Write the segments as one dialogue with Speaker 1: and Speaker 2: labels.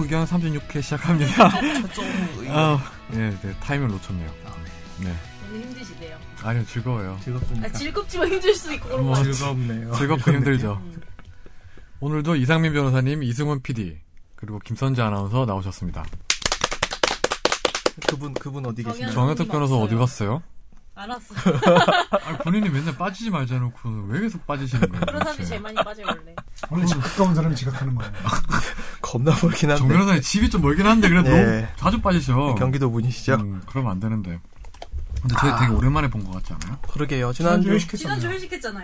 Speaker 1: 의견 36회 시작합니다.
Speaker 2: 좀 의외.
Speaker 1: 아, 예, 네, 타이밍을 놓쳤네요. 네.
Speaker 3: 오늘 힘드시네요.
Speaker 1: 아니요, 즐거워요.
Speaker 2: 즐겁습니까?
Speaker 3: 아, 즐겁지만 힘들 수 있고 그런
Speaker 1: 뭐,
Speaker 3: 거 같아요.
Speaker 2: 즐겁네요.
Speaker 1: 즐겁고 힘들죠. 오늘도 이상민 변호사님, 이승훈 PD, 그리고 김선재 아나운서 나오셨습니다.
Speaker 2: 그분 그분 어디
Speaker 3: 정연-
Speaker 2: 계시나요?
Speaker 1: 정혜택 변호사 어디 갔어요?
Speaker 3: 알았어.
Speaker 1: 음, 아, 본인이 맨날 빠지지 말자 놓고 왜 계속 빠지시는 거예요?
Speaker 3: 그런 사람이
Speaker 1: 도대체?
Speaker 3: 제일 많이 빠져요 원래.
Speaker 4: 원래 집 가까운 사람이 지각하는 거예요.
Speaker 2: 겁나 멀긴
Speaker 1: 정
Speaker 2: 한데
Speaker 1: 변호사님 집이 좀 멀긴 한데 그래도
Speaker 2: 네.
Speaker 1: 너무 자주 빠지셔.
Speaker 2: 경기도 분이시죠? 아.
Speaker 1: 음, 그러면 안 되는데. 근데 쟤 되게 오랜만에 본 것 같지 않아요?
Speaker 2: 그러게요.
Speaker 4: 지난주에
Speaker 2: 지난주
Speaker 3: 지난주
Speaker 4: 시켰잖아요.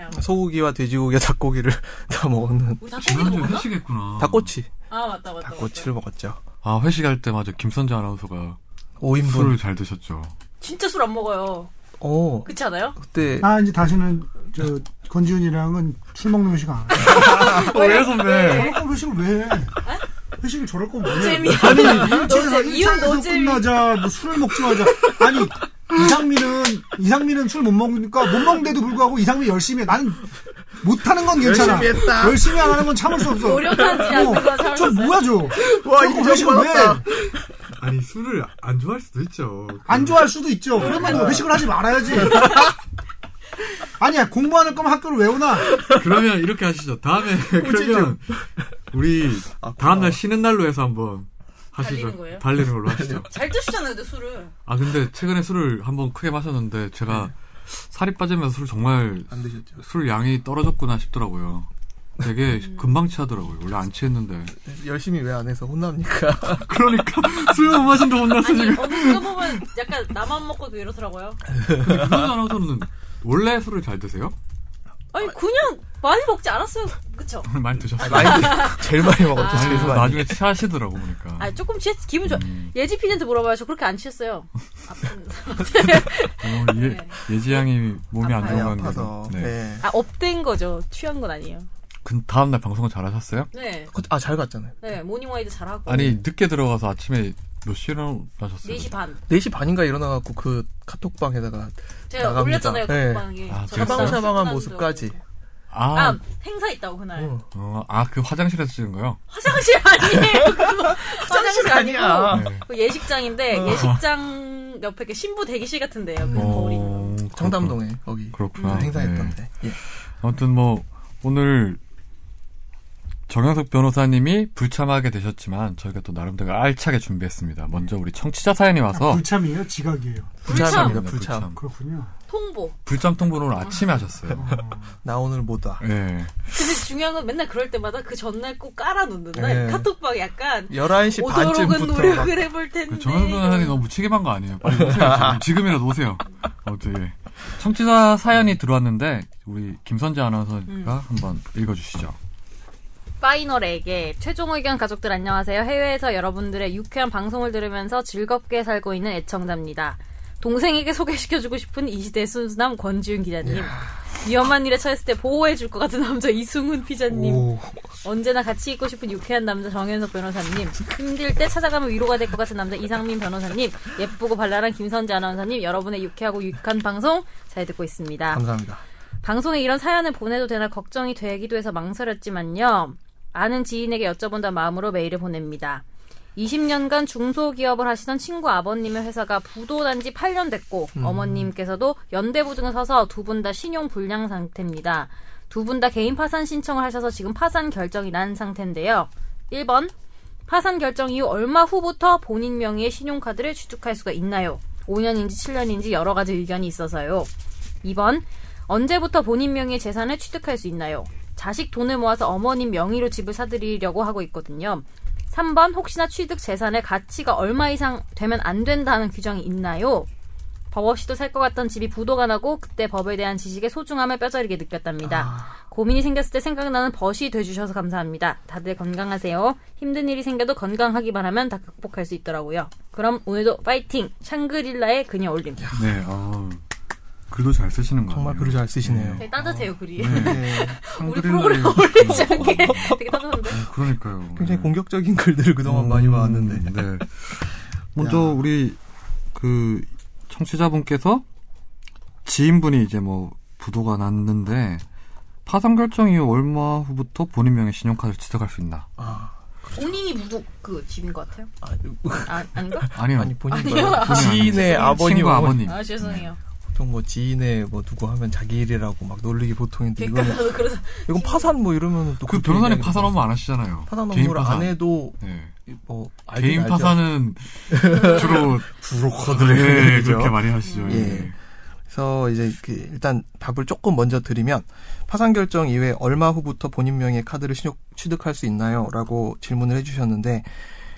Speaker 3: 회식했잖아요.
Speaker 2: 소고기와 돼지고기와 닭고기를 다 먹었는
Speaker 3: 우리 닭고기도
Speaker 1: 지난주에
Speaker 3: 먹었나?
Speaker 1: 회식했구나.
Speaker 2: 닭꼬치
Speaker 3: 아 맞다 맞다.
Speaker 2: 닭꼬치를 먹었죠.
Speaker 1: 아, 회식할 때 맞아. 김선재 아나운서가
Speaker 2: 5인분.
Speaker 1: 술을 잘 드셨죠.
Speaker 3: 맞다. 진짜 술 안 먹어요.
Speaker 2: 어
Speaker 3: 그렇지 않아요?
Speaker 2: 그때
Speaker 4: 아 이제 다시는 저 권지훈이랑은 술 먹는 회식 안 해요.
Speaker 1: 왜 선배?
Speaker 4: 저럴 거면 회식을 왜 해? 회식을 저럴 거면 왜 해?
Speaker 3: 재미.
Speaker 4: 아니
Speaker 3: 노잼,
Speaker 4: 1차에서,
Speaker 3: 이혼
Speaker 4: 1차에서
Speaker 3: 노잼이.
Speaker 4: 끝나자 뭐 술을 먹지 마자 아니 이상민은 이상민은 술 못 먹으니까 못 먹는데도 불구하고 이상민 열심히 해 나는 못하는 건 괜찮아 열심히 했다 열심히 안 하는 건 참을 수 없어
Speaker 3: 노력하지 않는 건 참을 수
Speaker 4: 저
Speaker 3: 없어요.
Speaker 4: 뭐야 저와
Speaker 2: 인정 받았다.
Speaker 1: 아니, 술을 안 좋아할 수도 있죠.
Speaker 4: 안 좋아할 수도 있죠. 그러면 뭐 회식을 하지 말아야지. 아니야, 공부하는 거면 학교를 왜 오나?
Speaker 1: 그러면 이렇게 하시죠. 아, 다음에 그러면 우리 다음 날 쉬는 날로 해서 한번 하시죠.
Speaker 3: 달리는 거예요?
Speaker 1: 달리는 걸로 하시죠.
Speaker 3: 잘 드시잖아요 근데 술을.
Speaker 1: 아 근데 최근에 술을 한번 크게 마셨는데 제가 살이 빠지면서 술 정말
Speaker 2: 안 드셨죠?
Speaker 1: 술 양이 떨어졌구나 싶더라고요. 되게
Speaker 3: 음.
Speaker 1: 금방 취하더라고요. 원래 안 취했는데.
Speaker 2: 네, 열심히 왜 안 해서 혼납니까?
Speaker 1: 그러니까 술 못 마신다 혼났어
Speaker 3: 아니
Speaker 1: 지금.
Speaker 3: 어느 순간 보면 약간 나만 먹고 이러더라고요.
Speaker 1: 김선재 아나운서는 원래 술을 잘 드세요?
Speaker 3: 아니 그냥 많이 먹지 않았어요. 그쵸?
Speaker 1: 많이 드셨어요.
Speaker 2: 많이 드- 제일 많이 먹었죠.
Speaker 1: 아, 아니,
Speaker 2: 제일
Speaker 1: 그래서
Speaker 2: 많이.
Speaker 1: 나중에 취하시더라고 보니까.
Speaker 3: 아 조금 취했 기분 좋아. 예지 피디한테 물어봐요. 저 그렇게 안 취했어요. 아픈.
Speaker 1: 어, 예,
Speaker 3: 네.
Speaker 1: 예지 양이 몸이 안
Speaker 3: 아파요,
Speaker 1: 좋아가는
Speaker 2: 아파서.
Speaker 1: 거죠.
Speaker 2: 네.
Speaker 1: 네.
Speaker 3: 아 업된 거죠. 취한 건 아니에요.
Speaker 1: 그 다음 날 방송은 잘 하셨어요?
Speaker 3: 네.
Speaker 2: 그, 아잘 갔잖아요.
Speaker 3: 네 모닝와이드 잘하고.
Speaker 1: 아니
Speaker 2: 네.
Speaker 1: 늦게 들어가서 아침에 몇 시에 일어나셨어요?
Speaker 3: 4시 반.
Speaker 2: 4시 반인가 일어나갖고 그 카톡방에다가
Speaker 3: 제가
Speaker 2: 나갑니다.
Speaker 3: 올렸잖아요.
Speaker 2: 네.
Speaker 3: 네.
Speaker 1: 아,
Speaker 2: 샤방샤방한 모습까지.
Speaker 1: 아,
Speaker 3: 아, 행사 있다고 그날.
Speaker 2: 어.
Speaker 1: 어, 아, 그 화장실에서 찍은 거요?
Speaker 3: 화장실 아니에요. 그거. 화장실 아니고
Speaker 2: 아니야. 네. 어.
Speaker 3: 그 예식장인데 예식장 옆에 이렇게 신부 대기실 같은데요. 그 거울이.
Speaker 1: 어,
Speaker 2: 청담동에 거기
Speaker 1: 그렇구나.
Speaker 2: 그 행사했던데. 예.
Speaker 1: 그렇구나. 아무튼 뭐 오늘 정영석 변호사님이 불참하게 되셨지만 저희가 또 나름대로 알차게 준비했습니다. 먼저 우리 청취자 사연이 와서
Speaker 4: 불참이에요, 지각이에요.
Speaker 2: 아, 불참입니다.
Speaker 1: 네,
Speaker 2: 불참.
Speaker 4: 그렇군요.
Speaker 3: 통보.
Speaker 1: 불참 통보를 오늘 아침에 하셨어요.
Speaker 2: 나 오늘 못 와.
Speaker 1: 네.
Speaker 3: 근데 중요한 건 맨날 그럴 때마다 그 전날 꼭 깔아 놓는다.
Speaker 2: 네.
Speaker 3: 카톡방 약간
Speaker 2: 11시
Speaker 3: 오도록은
Speaker 2: 반쯤부터 막
Speaker 3: 노력을 해볼 텐데.
Speaker 1: 그 정영석 변호사님 너무 무책임한 거 아니에요? 빨리 오세요. 지금. 지금이라도 오세요. 아무튼 예. 청취자 사연이 들어왔는데 우리 김선재 아나운서가
Speaker 2: 음.
Speaker 1: 한번 읽어주시죠.
Speaker 3: 파이널에게 최종 의견 가족들 안녕하세요. 해외에서 여러분들의 유쾌한 방송을 들으면서 즐겁게 살고 있는 애청자입니다. 동생에게 소개시켜주고 싶은 이 시대 순수남 권지윤 기자님. 위험한 일에 처했을 때 보호해줄 것 같은 남자 이승훈 피자님.
Speaker 2: 오,
Speaker 3: 언제나 같이 있고 싶은 유쾌한 남자 정현석 변호사님. 힘들 때 찾아가면 위로가 될 것 같은 남자 이상민 변호사님. 예쁘고 발랄한 김선재 아나운서님. 여러분의 유쾌하고 유익한 방송 잘 듣고 있습니다.
Speaker 2: 감사합니다.
Speaker 3: 방송에 이런 사연을 보내도 되나 걱정이 되기도 해서 망설였지만요. 아는 지인에게 여쭤본다 마음으로 메일을 보냅니다. 20년간 중소기업을 하시던 친구 아버님의 회사가 부도난 지 8년 됐고 어머님께서도 연대보증을 서서 두 분 다 신용 불량 상태입니다. 두 분 다 개인 파산 신청을 하셔서 지금 파산 결정이 난 상태인데요. 1번 파산 결정 이후 얼마 후부터 본인 명의의 신용카드를 취득할 수가 있나요? 5년인지 7년인지 여러 가지 의견이 있어서요. 2번 언제부터 본인 명의 재산을 취득할 수 있나요? 자식 돈을 모아서 어머님 명의로 집을 사드리려고 하고 있거든요. 3번 혹시나 취득 재산의 가치가 얼마 이상 되면 안 된다는 규정이 있나요? 법 없이도 살 것 같던 집이 부도가 나고 그때 법에 대한 지식의 소중함을 뼈저리게 느꼈답니다. 고민이 생겼을 때 생각나는 벗이 돼주셔서 감사합니다. 다들 건강하세요. 힘든 일이 생겨도 건강하기만 하면 다 극복할 수 있더라고요. 그럼 오늘도 파이팅! 샹그릴라의 그녀 올림.
Speaker 1: 네, 어, 글도 잘 쓰시는 거
Speaker 2: 정말
Speaker 1: 아니에요?
Speaker 2: 글을 잘 쓰시네요.
Speaker 3: 되게 따뜻해요, 글이.
Speaker 2: 네,
Speaker 3: 우리
Speaker 1: 한글이나
Speaker 3: 프로그램
Speaker 1: 이런-
Speaker 3: 어울리지
Speaker 2: 음.
Speaker 3: 않게 되게 따뜻한데.
Speaker 1: 네, 그러니까요. 네.
Speaker 2: 굉장히 공격적인 글들을 그동안
Speaker 1: 음,
Speaker 2: 많이 와왔는데.
Speaker 1: 네. 먼저 우리 그 청취자분께서 지인분이 이제 뭐 부도가 났는데 파산 결정 이후 얼마 후부터 본인 명의 신용카드를 취득할 수 있나?
Speaker 2: 아,
Speaker 3: 본인이 무도 그 집인 것 같아요.
Speaker 2: 아,
Speaker 3: 아 아닌가?
Speaker 1: 아니요. 뭐,
Speaker 2: 아니 본인
Speaker 3: 아니요.
Speaker 2: 말고
Speaker 1: 본인
Speaker 2: 지인의
Speaker 1: 아니죠. 친구
Speaker 2: 아버님
Speaker 1: 아버님.
Speaker 3: 아 죄송해요.
Speaker 2: 보통 뭐 지인의 뭐 누구 하면 자기 일이라고 막 놀리기 보통인데
Speaker 3: 그러니까
Speaker 2: 이거는
Speaker 3: 저도 그래서
Speaker 2: 이건 파산 뭐 이러면은 또
Speaker 1: 그
Speaker 2: 그렇게
Speaker 1: 변호사님
Speaker 2: 얘기하기도
Speaker 1: 파산
Speaker 2: 하고.
Speaker 1: 업무 안 하시잖아요.
Speaker 2: 파산
Speaker 1: 개인
Speaker 2: 업무를
Speaker 1: 파산.
Speaker 2: 안 해도
Speaker 1: 네.
Speaker 2: 뭐 알긴
Speaker 1: 개인
Speaker 2: 알죠.
Speaker 1: 파산은 주로
Speaker 2: 브로커들의
Speaker 1: 네,
Speaker 2: 얘기죠.
Speaker 1: 그렇게 많이 하시죠.
Speaker 2: 예. 그래서 이제 그 일단 답을 조금 먼저 드리면 파산 결정 이후에 얼마 후부터 본인 명의 카드를 신용- 취득할 수 있나요?라고 질문을 해주셨는데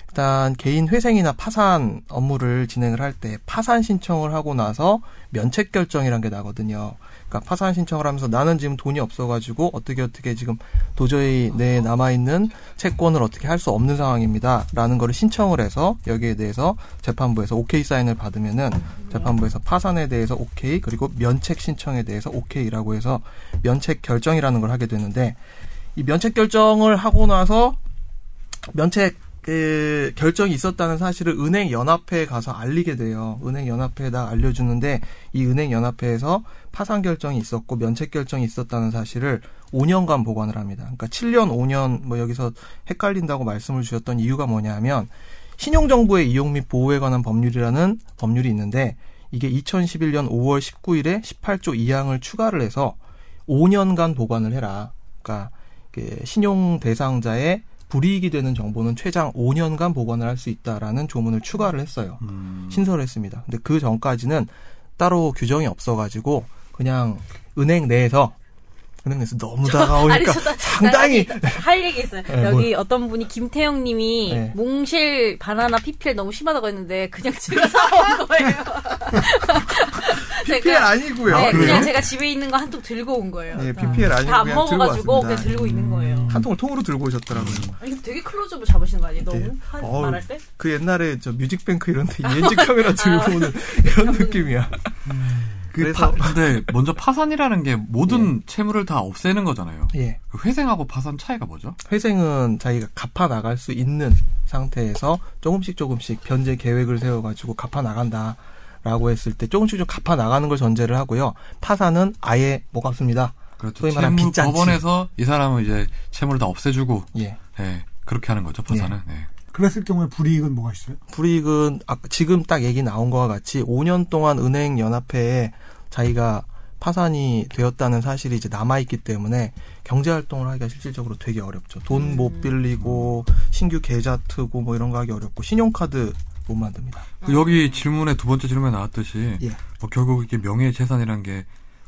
Speaker 2: 일단 개인 회생이나 파산 업무를 진행을 할 때 파산 신청을 하고 나서 면책 결정이란 게 나거든요. 그러니까 파산 신청을 하면서 나는 지금 돈이 없어가지고 어떻게 어떻게 지금 도저히 내 남아 있는 채권을 어떻게 할 수 없는 상황입니다라는 거를 신청을 해서 여기에 대해서 재판부에서 오케이 사인을 받으면은 재판부에서 파산에 대해서 오케이 그리고 면책 신청에 대해서 오케이라고 해서 면책 결정이라는 걸 하게 되는데 이 면책 결정을 하고 나서 면책 그 결정이 있었다는 사실을 은행 연합회에 가서 알리게 돼요. 은행 연합회에다 알려주는데 이 은행 연합회에서 파산 결정이 있었고 면책 결정이 있었다는 사실을 5년간 보관을 합니다. 그러니까 7년, 5년 뭐 여기서 헷갈린다고 말씀을 주셨던 이유가 뭐냐면 신용정보의 이용 및 보호에 관한 법률이라는 법률이 있는데 이게 2011년 5월 19일에 18조 2항을 추가를 해서 5년간 보관을 해라. 그러니까 그 신용 대상자의 불이익이 되는 정보는 최장 5년간 보관을 할 수 있다라는 조문을 추가를 했어요.
Speaker 1: 음.
Speaker 2: 신설을 했습니다. 근데 그 전까지는 따로 규정이 없어가지고 그냥 은행 내에서 은행 내에서 너무
Speaker 3: 아니,
Speaker 2: 다가오니까
Speaker 3: 저 나-
Speaker 2: 어, 그러니까 상당히
Speaker 3: 나- 할 얘기 있어요.
Speaker 2: 네,
Speaker 3: 여기 어떤 분이 김태형님이
Speaker 2: 네.
Speaker 3: 몽실 바나나 피필 너무 심하다고 했는데 그냥 제가 사온 거예요.
Speaker 2: PPL 아니고요.
Speaker 3: 네,
Speaker 1: 그래요?
Speaker 3: 그냥 제가 집에 있는 거 한 통 들고 온 거예요.
Speaker 2: 예, PPL 아니고
Speaker 3: 다 안
Speaker 2: 그냥 들고
Speaker 3: 먹어가지고
Speaker 2: 왔습니다. 음.
Speaker 3: 그냥 들고 있는 거예요.
Speaker 2: 한 통을 통으로 들고 오셨더라고요.
Speaker 3: 아니, 이거 되게 클로즈업을 잡으시는 거 아니에요? 너무
Speaker 2: 네.
Speaker 3: 한-
Speaker 2: 어우.
Speaker 3: 말할 때?
Speaker 2: 그 옛날에 저 뮤직뱅크 이런데 ENG 카메라
Speaker 3: 아.
Speaker 2: 들고 오는 이런 느낌이야.
Speaker 1: 그
Speaker 2: 음. 그래서-
Speaker 1: 파, 근데 먼저 파산이라는 게 모든 채무를 다 없애는 거잖아요.
Speaker 2: 예,
Speaker 1: 그 회생하고 파산 차이가 뭐죠?
Speaker 2: 회생은 자기가 갚아 나갈 수 있는 상태에서 조금씩 조금씩 변제 계획을 세워가지고 갚아 나간다. 라고 했을 때 조금씩 좀 갚아 나가는 걸 전제를 하고요. 파산은 아예 못 갚습니다.
Speaker 1: 그렇죠.
Speaker 2: 소위 말하는
Speaker 1: 채무
Speaker 2: 빚잔치.
Speaker 1: 법원에서 이 사람은 이제 채무를 다 없애주고
Speaker 2: 예.
Speaker 1: 예, 그렇게 하는 거죠 파산은. 예.
Speaker 4: 그랬을 경우에 불이익은 뭐가 있어요?
Speaker 2: 불이익은 아까 지금 딱 얘기 나온 거와 같이 5년 동안 은행 연합회에 자기가 파산이 되었다는 사실이 이제 남아있기 때문에 경제활동을 하기가 실질적으로 되게 어렵죠. 돈 못 빌리고, 신규 계좌 트고 뭐 이런 거 하기 어렵고, 신용카드 못 만듭니다.
Speaker 1: 그 여기 질문에 두 번째 질문에 나왔듯이
Speaker 2: 예.
Speaker 1: 뭐 결국 이게 명예재산이란 게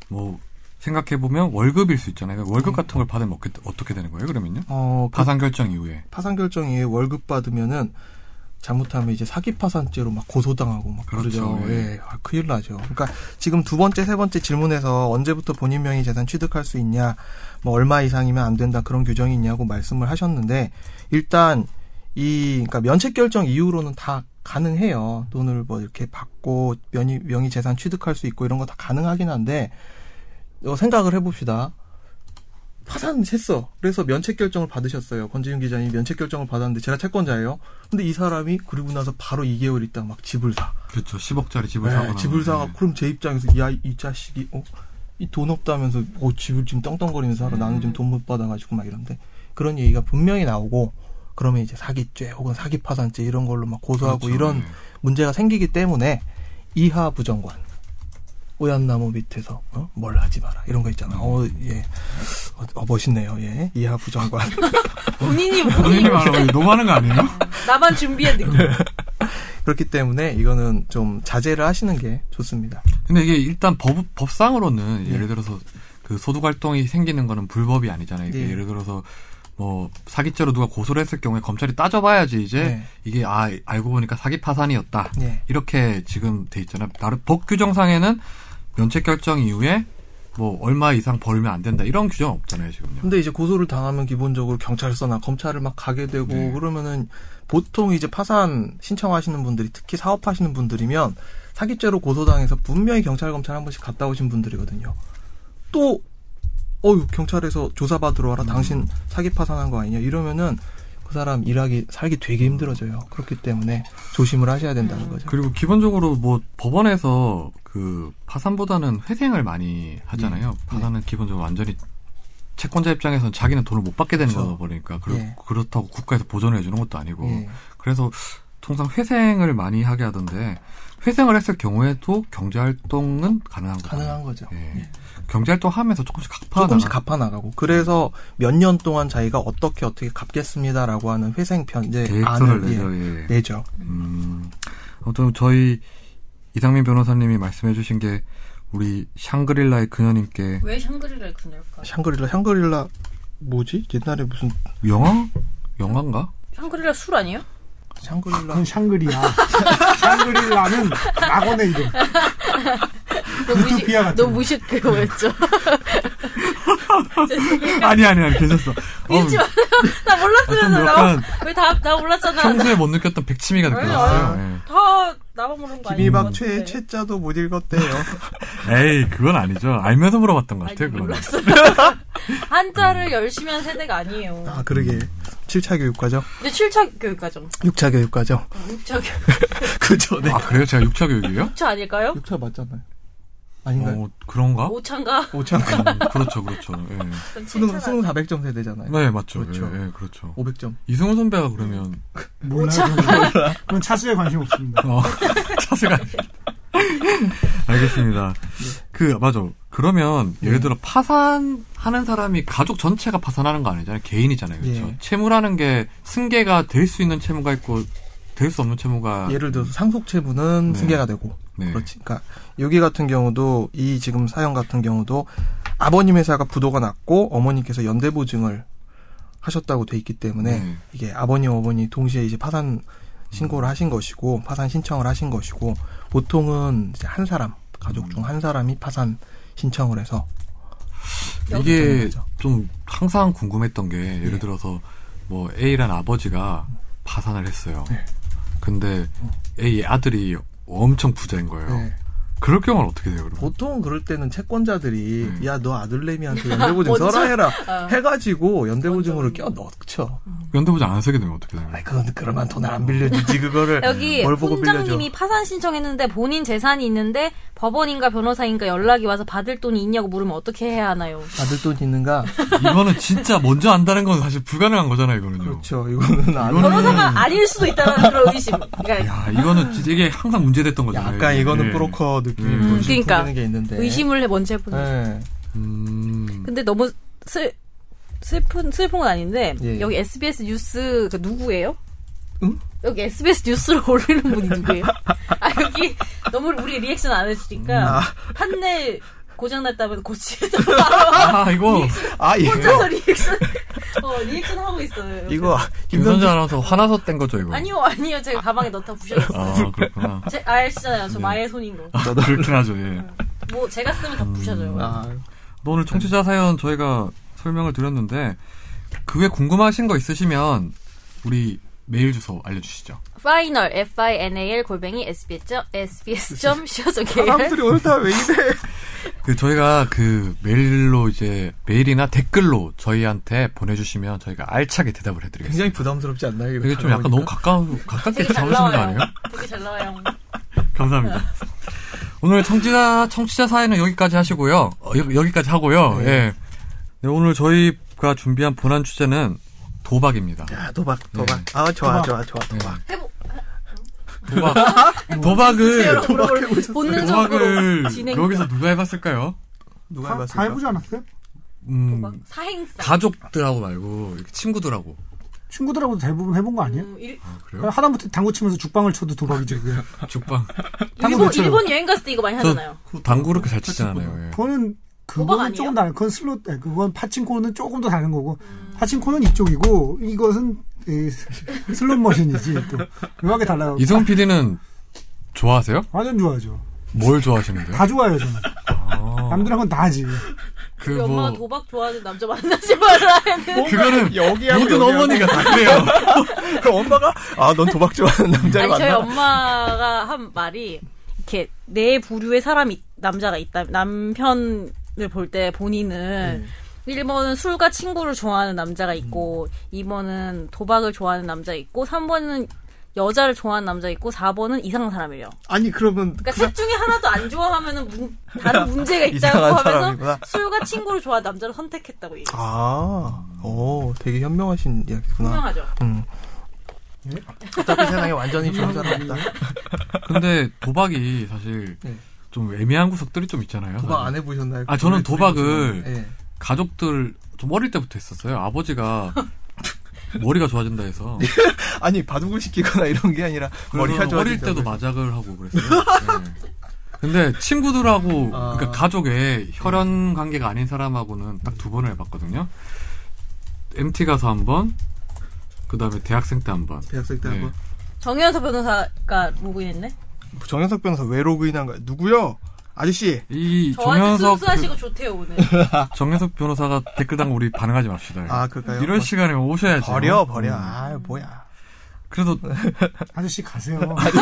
Speaker 1: 뭐 생각해 보면 월급일 수 있잖아요. 그러니까 월급 같은 걸 받으면 어떻게, 어떻게 되는 거예요? 그러면요?
Speaker 2: 어, 그
Speaker 1: 파산 결정 이후에
Speaker 2: 파산 결정 이후에 월급 받으면은 잘못하면 이제 사기 파산죄로 막 고소당하고 막
Speaker 1: 그렇죠.
Speaker 2: 그러죠. 예, 아, 큰일 나죠. 그러니까 지금 두 번째 세 번째 질문에서 언제부터 본인 명의 재산 취득할 수 있냐, 뭐 얼마 이상이면 안 된다 그런 규정이 있냐고 말씀을 하셨는데 일단 이 그러니까 면책 결정 이후로는 다 가능해요. 돈을 뭐 이렇게 받고 명의 명의 재산 취득할 수 있고 이런 거 다 가능하긴 한데 어, 생각을 해봅시다. 파산했어. 그래서 면책 결정을 받으셨어요. 권지윤 기자님 면책 결정을 받았는데 제가 채권자예요. 근데 이 사람이 그리고 나서 바로 2개월 있다 막 집을 사.
Speaker 1: 그렇죠. 10억짜리 집을
Speaker 2: 네,
Speaker 1: 사거나 뭐
Speaker 2: 집을 사가 그럼 제 입장에서 야 이 자식이 어 이 돈 없다면서 어 집을 지금 떵떵거리면서
Speaker 1: 음.
Speaker 2: 살아 나는 지금 돈 못 받아가지고 막 이런데 그런 얘기가 분명히 나오고 그러면 이제 사기죄 혹은 사기 파산죄 이런 걸로 막 고소하고
Speaker 1: 그렇죠.
Speaker 2: 이런
Speaker 1: 예.
Speaker 2: 문제가 생기기 때문에 이하 부정관 오얏 나무 밑에서 어? 뭘 하지 마라 이런 거 있잖아.
Speaker 1: 음.
Speaker 2: 어, 예, 어, 어, 멋있네요. 예, 이하 부정관.
Speaker 3: 본인이, 본인이
Speaker 1: 본인이 말하면 너무 하는 거 아니에요?
Speaker 3: 나만 준비한 느낌.
Speaker 2: 그렇기 때문에 이거는 좀 자제를 하시는 게 좋습니다.
Speaker 1: 근데 이게 일단 법, 법상으로는 예를 들어서 그 소득 활동이 생기는 거는 불법이 아니잖아요. 이게
Speaker 2: 예.
Speaker 1: 예를 들어서 뭐 사기죄로 누가 고소를 했을 경우에 검찰이 따져봐야지 이제
Speaker 2: 네.
Speaker 1: 이게 아 알고 보니까 사기 파산이었다
Speaker 2: 예.
Speaker 1: 이렇게 지금 돼 있잖아요. 나름 법 규정상에는 면책 결정 이후에 뭐 얼마 이상 벌면 안 된다 이런 규정 없잖아요 지금요.
Speaker 2: 근데 이제 고소를 당하면 기본적으로 경찰서나 검찰을 막 가게 되고
Speaker 1: 네.
Speaker 2: 그러면은 보통 이제 파산 신청하시는 분들이 특히 사업하시는 분들이면 사기죄로 고소당해서 분명히 경찰 검찰 한 번씩 갔다 오신 분들이거든요. 또 어유 경찰에서 조사받으러
Speaker 1: 음.
Speaker 2: 와라 당신 사기 파산한 거 아니냐 이러면은 그 사람 일하기 살기 되게 힘들어져요. 그렇기 때문에 조심을 하셔야 된다는 거죠.
Speaker 1: 그리고 기본적으로 뭐
Speaker 2: 네.
Speaker 1: 법원에서 그 파산보다는 회생을 많이 하잖아요. 파산은 기본적으로 완전히 채권자 입장에서는 자기는 돈을 못 받게 되는
Speaker 2: 그렇죠.
Speaker 1: 거다 보니까 그렇,
Speaker 2: 예.
Speaker 1: 그렇다고 국가에서 보전을 해주는 것도 아니고
Speaker 2: 예.
Speaker 1: 그래서 통상 회생을 많이 하게 하던데 회생을 했을 경우에도 경제 활동은 가능한 거죠.
Speaker 2: 가능한 거죠. 네.
Speaker 1: 예. 경제 활동 하면서 조금씩 갚아
Speaker 2: 조금씩
Speaker 1: 나가-
Speaker 2: 갚아 나가고 그래서 몇 년 동안 자기가 어떻게 어떻게 갚겠습니다라고 하는 회생 편제
Speaker 1: 계획서를
Speaker 2: 안을
Speaker 1: 내죠.
Speaker 2: 예,
Speaker 1: 예.
Speaker 2: 내죠.
Speaker 1: 음, 아무튼 저희 이상민 변호사님이 말씀해주신 게 우리 샹그릴라의 그녀님께
Speaker 3: 왜 샹그리를 그녀일까?
Speaker 2: 샹그릴라 샹그릴라 뭐지? 옛날에 무슨
Speaker 1: 영화 영화인가?
Speaker 3: 샹그리라 술 아니에요?
Speaker 2: 샹그릴라
Speaker 4: 그건 샹그리야. 샹그리라는 낙원의 이름.
Speaker 3: 너 무시-
Speaker 4: 유토피아 같은
Speaker 3: 너
Speaker 4: 거.
Speaker 3: 무식 그거였죠.
Speaker 1: 아니 아니 아니 괜찮았어.
Speaker 3: 밀지 마세요. 나
Speaker 1: 좀
Speaker 3: 몰랐으면서
Speaker 1: 약간
Speaker 3: 나왜다나 몰랐잖아.
Speaker 1: 평소에 못 느꼈던 백치미가
Speaker 3: 아니,
Speaker 1: 느껴졌어요.
Speaker 3: 다 나만 모르는 거 아니야?
Speaker 2: 김이박 최 최자도 못 읽었대요.
Speaker 1: 예. 에이 그건 아니죠. 알면서 물어봤던 것
Speaker 3: 아니,
Speaker 1: 같아요. 그건.
Speaker 3: 몰랐어요. 한자를 열심히 한 세대가 아니에요.
Speaker 2: 아 그러게 7차 교육과정,
Speaker 3: 근데 7차 교육과정.
Speaker 2: 6차 교육과정
Speaker 3: 6차 교육.
Speaker 2: 그 전에
Speaker 1: 아 그래요? 제가 6차 교육이에요?
Speaker 3: 6차 아닐까요?
Speaker 2: 6차 맞잖아요. 아닌가요?
Speaker 1: 어 그런가?
Speaker 3: 5차인가?
Speaker 2: 5차
Speaker 1: 음, 그렇죠 그렇죠. 예.
Speaker 2: 수능 수능 400점 세대잖아요.
Speaker 1: 네 맞죠.
Speaker 2: 그렇죠.
Speaker 1: 예, 예, 그렇죠.
Speaker 2: 500점.
Speaker 1: 이승훈 선배가 그러면
Speaker 4: 몰라요. 그건. 그건 차수에 관심 없습니다.
Speaker 1: 어, 자세가 알겠습니다. 그 맞아. 그러면
Speaker 2: 네.
Speaker 1: 예를 들어 파산하는 사람이 가족 전체가 파산하는 거 아니잖아요. 개인이잖아요. 그렇죠.
Speaker 2: 예.
Speaker 1: 채무라는 게 승계가 될 수 있는 채무가 있고 될 수 없는 채무가
Speaker 2: 예를 들어서 상속 채무는
Speaker 1: 네.
Speaker 2: 승계가 되고
Speaker 1: 네.
Speaker 2: 그렇지. 그러니까 여기 같은 경우도 이 지금 사연 같은 경우도 아버님 회사가 부도가 났고 어머니께서 연대 보증을 하셨다고 돼 있기 때문에
Speaker 1: 네.
Speaker 2: 이게 아버님 어머니 동시에 이제 파산 신고를 하신 것이고 파산 신청을 하신 것이고 보통은 이제 한 사람 가족 중 한 사람이 파산 신청을 해서
Speaker 1: 이게
Speaker 2: 거죠.
Speaker 1: 좀 항상 궁금했던 게 예를
Speaker 2: 예.
Speaker 1: 들어서 뭐 A란 아버지가 파산을 했어요.
Speaker 2: 네.
Speaker 1: 근데 A의 아들이 엄청 부자인 거예요.
Speaker 2: 네.
Speaker 1: 그럴 경우는 어떻게 돼요? 그러면?
Speaker 2: 보통 그럴 때는 채권자들이
Speaker 3: 네.
Speaker 1: 음.
Speaker 2: 야 너 아들내미한테 연대보증
Speaker 3: 먼저?
Speaker 2: 써라 해라
Speaker 3: 어.
Speaker 2: 해가지고 연대보증으로 껴 넣죠.
Speaker 1: 연대보장 안 쓰게 되면 어떻게 돼요?
Speaker 2: 아이 그건 그러면 돈을 안 빌려주지 그거를
Speaker 3: 여기
Speaker 2: 뭘 보고 빌려줘.
Speaker 3: 훈장님이 파산 신청했는데 본인 재산이 있는데 법원인가 변호사인가 연락이 와서 받을 돈이 있냐고 물으면 어떻게 해야 하나요?
Speaker 2: 받을 돈 있는가?
Speaker 1: 이거는 진짜 먼저 안다는 건 사실 불가능한 거잖아요, 이거는요.
Speaker 2: 그렇죠. 이거는 안
Speaker 1: 이거는
Speaker 3: 변호사가 아닐 수도 있다는 그런 의심. 그러니까
Speaker 1: 야, 이거는 진짜 이게 항상 문제됐던 거잖아요.
Speaker 2: 아. 약간 이거는
Speaker 1: 예.
Speaker 2: 브로커 느낌이
Speaker 1: 음.
Speaker 2: 음.
Speaker 3: 그러니까.
Speaker 2: 는게 있는데.
Speaker 3: 의심을 해 먼저 해보는. 거죠.
Speaker 2: 예.
Speaker 1: 음.
Speaker 3: 근데 너무 슬 슬픈 슬픈 건 아닌데
Speaker 2: 예.
Speaker 3: 여기 SBS 뉴스 그 누구예요?
Speaker 2: 응?
Speaker 3: 여기 SBS 뉴스를 올리는 분이 누구예요? 아 여기 너무 우리 리액션 안
Speaker 2: 음, 아.
Speaker 3: 해주니까 판넬 고장났다면 고치더라고
Speaker 1: 아, 이거
Speaker 2: 아 이거
Speaker 3: 혼자서 리액션 어 리액션 하고 있어요.
Speaker 2: 이거
Speaker 1: 김선재
Speaker 2: 김선재
Speaker 1: 아나운서 화나서 뗀 거죠, 이거?
Speaker 3: 아니요 아니요 제가 가방에 넣다 부셔졌어요.
Speaker 1: 아, 그렇구나.
Speaker 3: 제 아시잖아요 저
Speaker 1: 네.
Speaker 3: 마의 손인 거.
Speaker 1: 아, 그렇긴 하죠, 예.
Speaker 3: 뭐 제가 쓰면 다 부셔져요.
Speaker 2: 아,
Speaker 1: 또 오늘 청취자 사연 저희가 설명을 드렸는데, 그게 궁금하신 거 있으시면, 우리 메일 주소 알려주시죠.
Speaker 3: final f i n a l 골뱅이 sbs sbs 점 c o
Speaker 2: 사람들이 오늘 다 왜 이래?
Speaker 1: 그 저희가 그 메일로 이제 메일이나 댓글로 저희한테 보내주시면 저희가 알차게 대답을 해드리겠습니다.
Speaker 2: 굉장히 부담스럽지 않나요? 이거
Speaker 1: 되게 좀 약간 너무 가까운 가깝게
Speaker 3: 되게 잘
Speaker 1: 잡으시는 거
Speaker 3: 나와요.
Speaker 1: 아니에요?
Speaker 3: 되게 잘 나와요.
Speaker 1: 감사합니다. 오늘 청취자 청취자 사회는 여기까지 하시고요. 어, 여, 기까지 하고요.
Speaker 2: 네.
Speaker 1: 예. 네, 오늘 저희가 준비한 본안 주제는 도박입니다.
Speaker 2: 야 도박
Speaker 1: 네.
Speaker 2: 도박. 아 좋아
Speaker 4: 도박.
Speaker 2: 좋아 좋아 네. 도박.
Speaker 3: 해보
Speaker 1: 도박
Speaker 3: 예,
Speaker 1: 도박을
Speaker 3: 본능적으로
Speaker 1: 도박을
Speaker 3: 진행
Speaker 1: 여기서 누가 해봤을까요?
Speaker 2: 누가
Speaker 4: 다, 다
Speaker 2: 해봤을까?
Speaker 4: 해보지 않았어요?
Speaker 3: 도박.
Speaker 1: 음,
Speaker 3: 사행사
Speaker 1: 가족들하고 말고 이렇게 친구들하고
Speaker 4: 친구들하고도 대부분 해본 거 아니에요?
Speaker 3: 음, 일,
Speaker 1: 아, 그래요?
Speaker 4: 하다못해 당구 치면서 죽방을 쳐도 도박이죠. 그게.
Speaker 1: 죽방.
Speaker 4: 당구
Speaker 3: 일본
Speaker 4: 못 쳐요.
Speaker 3: 일본 여행 갔을 때 이거 많이 하잖아요.
Speaker 1: 저 당구 그렇게 잘 치잖아요. 예.
Speaker 4: 그거는
Speaker 3: 도박
Speaker 4: 그거는
Speaker 3: 아니에요?
Speaker 4: 조금 다른 그건 슬롯 네, 그건 파친코는 조금 더 다른 거고
Speaker 3: 음.
Speaker 4: 파친코는 이쪽이고 이것은 이, 슬롯 머신이지 또 묘하게 달라요.
Speaker 1: 이성 PD는 좋아하세요?
Speaker 4: 완전 좋아하죠.
Speaker 1: 뭘 좋아하시는데요?
Speaker 4: 다 좋아요 저는. 남들하고는 다 하지.
Speaker 1: 그
Speaker 3: 우리 엄마가
Speaker 1: 뭐
Speaker 3: 도박 좋아하는 남자 만나지 말라 했는데
Speaker 1: 그거는
Speaker 2: 여기야
Speaker 1: 모든 어머니가 다 그래요.
Speaker 2: 그럼 엄마가 아 넌 도박 좋아하는 남자를
Speaker 3: 아니 저희
Speaker 2: 만나.
Speaker 3: 엄마가 한 말이 이렇게 내 부류의 사람이 남자가 있다 남편을 볼 때 본인은 1번은 술과 친구를 좋아하는 남자가 있고 2번은 도박을 좋아하는 남자 있고 3번은 여자를 좋아하는 남자 있고 4번은 이상한 사람이래요.
Speaker 2: 아니 그러면
Speaker 3: 그러니까 셋 중에 하나도 안 좋아하면은 문- 다른 문제가 있다고
Speaker 2: 이상한
Speaker 3: 하면서
Speaker 2: 사람이구나.
Speaker 3: 수유가 친구를 좋아하는 남자를 선택했다고 얘기해요.
Speaker 2: 아, 오, 되게 현명하신 이야기구나.
Speaker 3: 분명하죠.
Speaker 2: 음.
Speaker 4: 예?
Speaker 2: 어차피 세상에 완전히 좋은 사람 없다.
Speaker 1: 근데 도박이 사실
Speaker 2: 네.
Speaker 1: 좀 애매한 구석들이 좀 있잖아요.
Speaker 2: 도박 안 해보셨나요?
Speaker 1: 아, 저는
Speaker 2: 그거에
Speaker 1: 도박을-
Speaker 2: 들어가지고. 예.
Speaker 1: 가족들 좀 어릴 때부터 했었어요. 아버지가 머리가 좋아진다 해서
Speaker 2: 아니 바둑을 시키거나 이런 게 아니라 네, 머리가
Speaker 1: 그래서
Speaker 2: 좋아진다고
Speaker 1: 어릴 때도
Speaker 2: 해서.
Speaker 1: 마작을 하고 그랬어요. 네. 근데 친구들하고
Speaker 2: 아.
Speaker 1: 그러니까 가족의 혈연 관계가 아닌 사람하고는 딱 두 번을 해봤거든요. MT 가서 한 번, 그 다음에 대학생 때 한 번.
Speaker 2: 대학생 때 한번
Speaker 3: 정현서 변호사가 로그인했네.
Speaker 2: 정현석 변호사 왜 로그인한 거야? 누구요? 아저씨.
Speaker 1: 이
Speaker 3: 저한테
Speaker 1: 정현석
Speaker 3: 순수하시고 좋대요 오늘.
Speaker 1: 그- 정현석 변호사가 댓글 단 거 우리 반응하지 맙시다.
Speaker 2: 아 그럴까요?
Speaker 1: 이런 음. 시간에 오셔야지.
Speaker 2: 버려 버려. 아 뭐야.
Speaker 1: 그래서
Speaker 4: 아저씨 가세요.
Speaker 2: 아저씨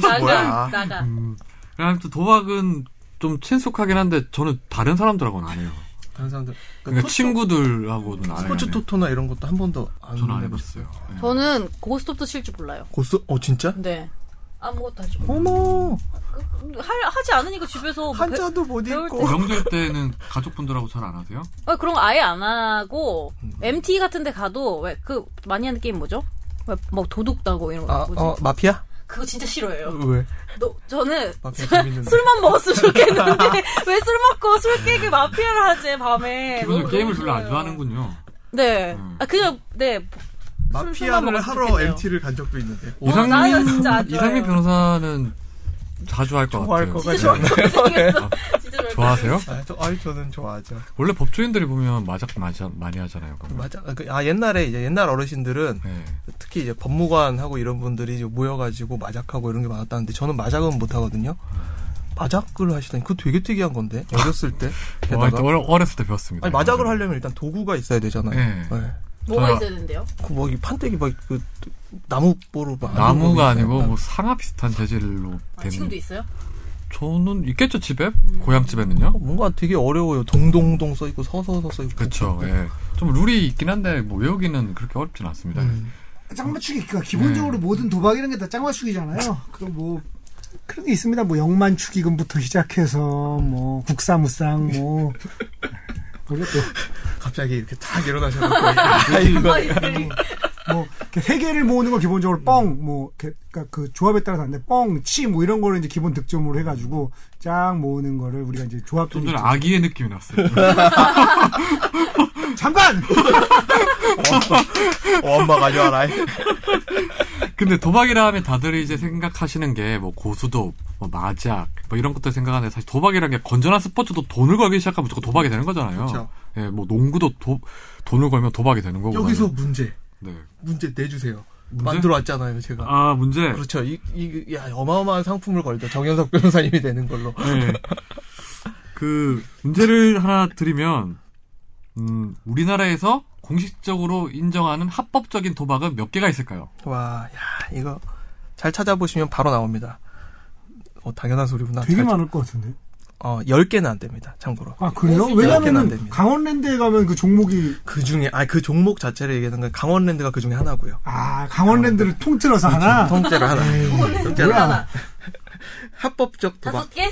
Speaker 3: 나가
Speaker 2: 뭐야. 음.
Speaker 3: 나가.
Speaker 1: 그냥 또 도박은 좀 친숙하긴 한데 저는 다른 사람들하고는 안 해요.
Speaker 2: 다른 사람들.
Speaker 1: 그러니까
Speaker 2: 토-
Speaker 1: 친구들하고는 안 해요.
Speaker 2: 스포츠 토토나 이런 것도 한 번도 안
Speaker 1: 네. 저는 안
Speaker 2: 해봤어요.
Speaker 1: 해봤어요. 네.
Speaker 3: 저는 고스톱도 칠 줄 몰라요.
Speaker 2: 고스? 어 진짜?
Speaker 3: 네. 아무것도 하지 못.
Speaker 2: 어머
Speaker 3: 할 하지 않으니까 집에서 뭐 배-
Speaker 2: 한자도 못
Speaker 3: 배울
Speaker 2: 읽고.
Speaker 1: 명절 때는 가족분들하고 잘 안 하세요?
Speaker 3: 아, 그런 거 아예 안 하고
Speaker 2: 음.
Speaker 3: MT 같은 데 가도 왜 그 많이 하는 게임 뭐죠? 왜뭐 도둑 나고 이런 거
Speaker 2: 아,
Speaker 3: 뭐지?
Speaker 2: 어, 마피아?
Speaker 3: 그거 진짜 싫어해요.
Speaker 2: 왜?
Speaker 3: 너, 저는
Speaker 2: 마피아 재밌는데.
Speaker 3: 술만 먹었으면 좋겠는데 왜 술 먹고 술 깨게 마피아를 하지 밤에.
Speaker 1: 기본적으로
Speaker 3: 너무
Speaker 1: 게임을 별로 안
Speaker 3: 싫어요.
Speaker 1: 좋아하는군요.
Speaker 3: 네.
Speaker 1: 음.
Speaker 3: 아 그냥 네. 술만
Speaker 2: 마피아를
Speaker 3: 먹었으면
Speaker 2: 하러
Speaker 3: 좋겠네요.
Speaker 2: MT를 간 적도 있는데.
Speaker 3: 어, 나요, 진짜 안 좋아요.
Speaker 1: 이상민 변호사는 자주 할 것
Speaker 2: 뭐 좋아할
Speaker 1: 같아요.
Speaker 2: 것
Speaker 1: 네.
Speaker 2: 같지 않아요?
Speaker 3: 생겼어. 진짜 좋아할 것
Speaker 1: 좋아하세요?
Speaker 2: 아, 저, 아이, 저는 좋아하죠.
Speaker 1: 원래 법조인들이 보면 마작 많이 하- 많이 하잖아요. 보면.
Speaker 2: 맞아. 아, 그- 아, 옛날에, 이제 옛날 어르신들은
Speaker 1: 네.
Speaker 2: 특히 이제 법무관하고 이런 분들이 이제 모여가지고 마작하고 이런 게 많았다는데 저는 마작은 못하거든요. 마작을 하시다니. 그거 되게 특이한 건데. 어렸을 때.
Speaker 1: 어, 하여튼
Speaker 2: 게다가.
Speaker 1: 어려- 어렸을 때 배웠습니다.
Speaker 2: 아니, 마작을 하려면 일단 도구가 있어야 되잖아요.
Speaker 1: 네.
Speaker 2: 네.
Speaker 3: 뭐가
Speaker 1: 자,
Speaker 3: 있어야 되는데요?
Speaker 2: 그 뭐, 이 판때기 막, 그, 나무 보로 막.
Speaker 1: 나무가
Speaker 2: 이렇게
Speaker 1: 아니고
Speaker 2: 약간
Speaker 1: 뭐 상아 비슷한 재질로
Speaker 3: 아, 음.
Speaker 1: 된.
Speaker 3: 지금도 있어요?
Speaker 1: 저는 있겠죠 집에 고향 집에는요.
Speaker 2: 어, 뭔가 되게 어려워요. 동동동 써있고, 서서서 써있고.
Speaker 1: 그렇죠. 예. 좀 룰이 있긴 한데 뭐 외우기는 그렇게 어렵진 않습니다.
Speaker 2: 음.
Speaker 4: 짱맞추기 그러니까 기본적으로 모든 도박이라는 게 다 짱맞추기잖아요. 그럼 뭐 그런 게 있습니다. 뭐 영만추기금부터 시작해서 뭐 국사무쌍 뭐 그렇죠. 모르겠고
Speaker 2: 갑자기 이렇게 탁 일어나셔서 이거
Speaker 4: 뭐 이렇게 세 개를 모으는 건 기본적으로 뻥, 뭐 이렇게 그러니까 그 조합에 따라서 다른데 뻥, 치 뭐 이런 거는 이제 기본 득점으로 해가지고 짱 모으는 거를 우리가 이제
Speaker 1: 좀
Speaker 4: 조합들이
Speaker 1: 전에 아기의 느낌이 났어요.
Speaker 4: 잠깐
Speaker 2: 어, 엄마 가져와라.
Speaker 1: 근데 도박이라 하면 다들 이제 생각하시는 게 뭐 고수도 뭐 마작 뭐 이런 것들 생각하는데 사실 도박이라는 게 건전한 스포츠도 돈을 걸기 시작하면 무조건 도박이 되는 거잖아요.
Speaker 2: 그렇죠.
Speaker 1: 예, 뭐 농구도 도- 돈을 걸면 도박이 되는 거고.
Speaker 2: 여기서 문제,
Speaker 1: 네.
Speaker 2: 문제 내주세요.
Speaker 1: 문제?
Speaker 2: 만들어 왔잖아요, 제가.
Speaker 1: 아 문제.
Speaker 2: 그렇죠. 이, 이, 야, 어마어마한 상품을 걸죠. 정현석 변호사님이 되는 걸로.
Speaker 1: 네. 그 문제를 하나 드리면 음, 우리나라에서 공식적으로 인정하는 합법적인 도박은 몇 개가 있을까요?
Speaker 2: 와, 야, 이거 잘 찾아보시면 바로 나옵니다. 어, 당연한 소리구나.
Speaker 4: 되게
Speaker 2: 잘-
Speaker 4: 많을 것 같은데.
Speaker 2: 어, 10개는 안 됩니다, 참고로.
Speaker 4: 아 그래요?
Speaker 2: 진짜 그렇게는 네, 안
Speaker 4: 왜냐면은
Speaker 2: 됩니다.
Speaker 4: 강원랜드에 가면 그 종목이
Speaker 2: 그 중에, 아, 그 종목 자체를 얘기하는 건 강원랜드가 그 중에 하나고요.
Speaker 4: 아 강원랜드를 통틀어서
Speaker 3: 아.
Speaker 4: 하나.
Speaker 2: 통째로 하나. 통째로
Speaker 4: 뭐야.
Speaker 2: 하나. 합법적 도박.
Speaker 3: 다섯 개?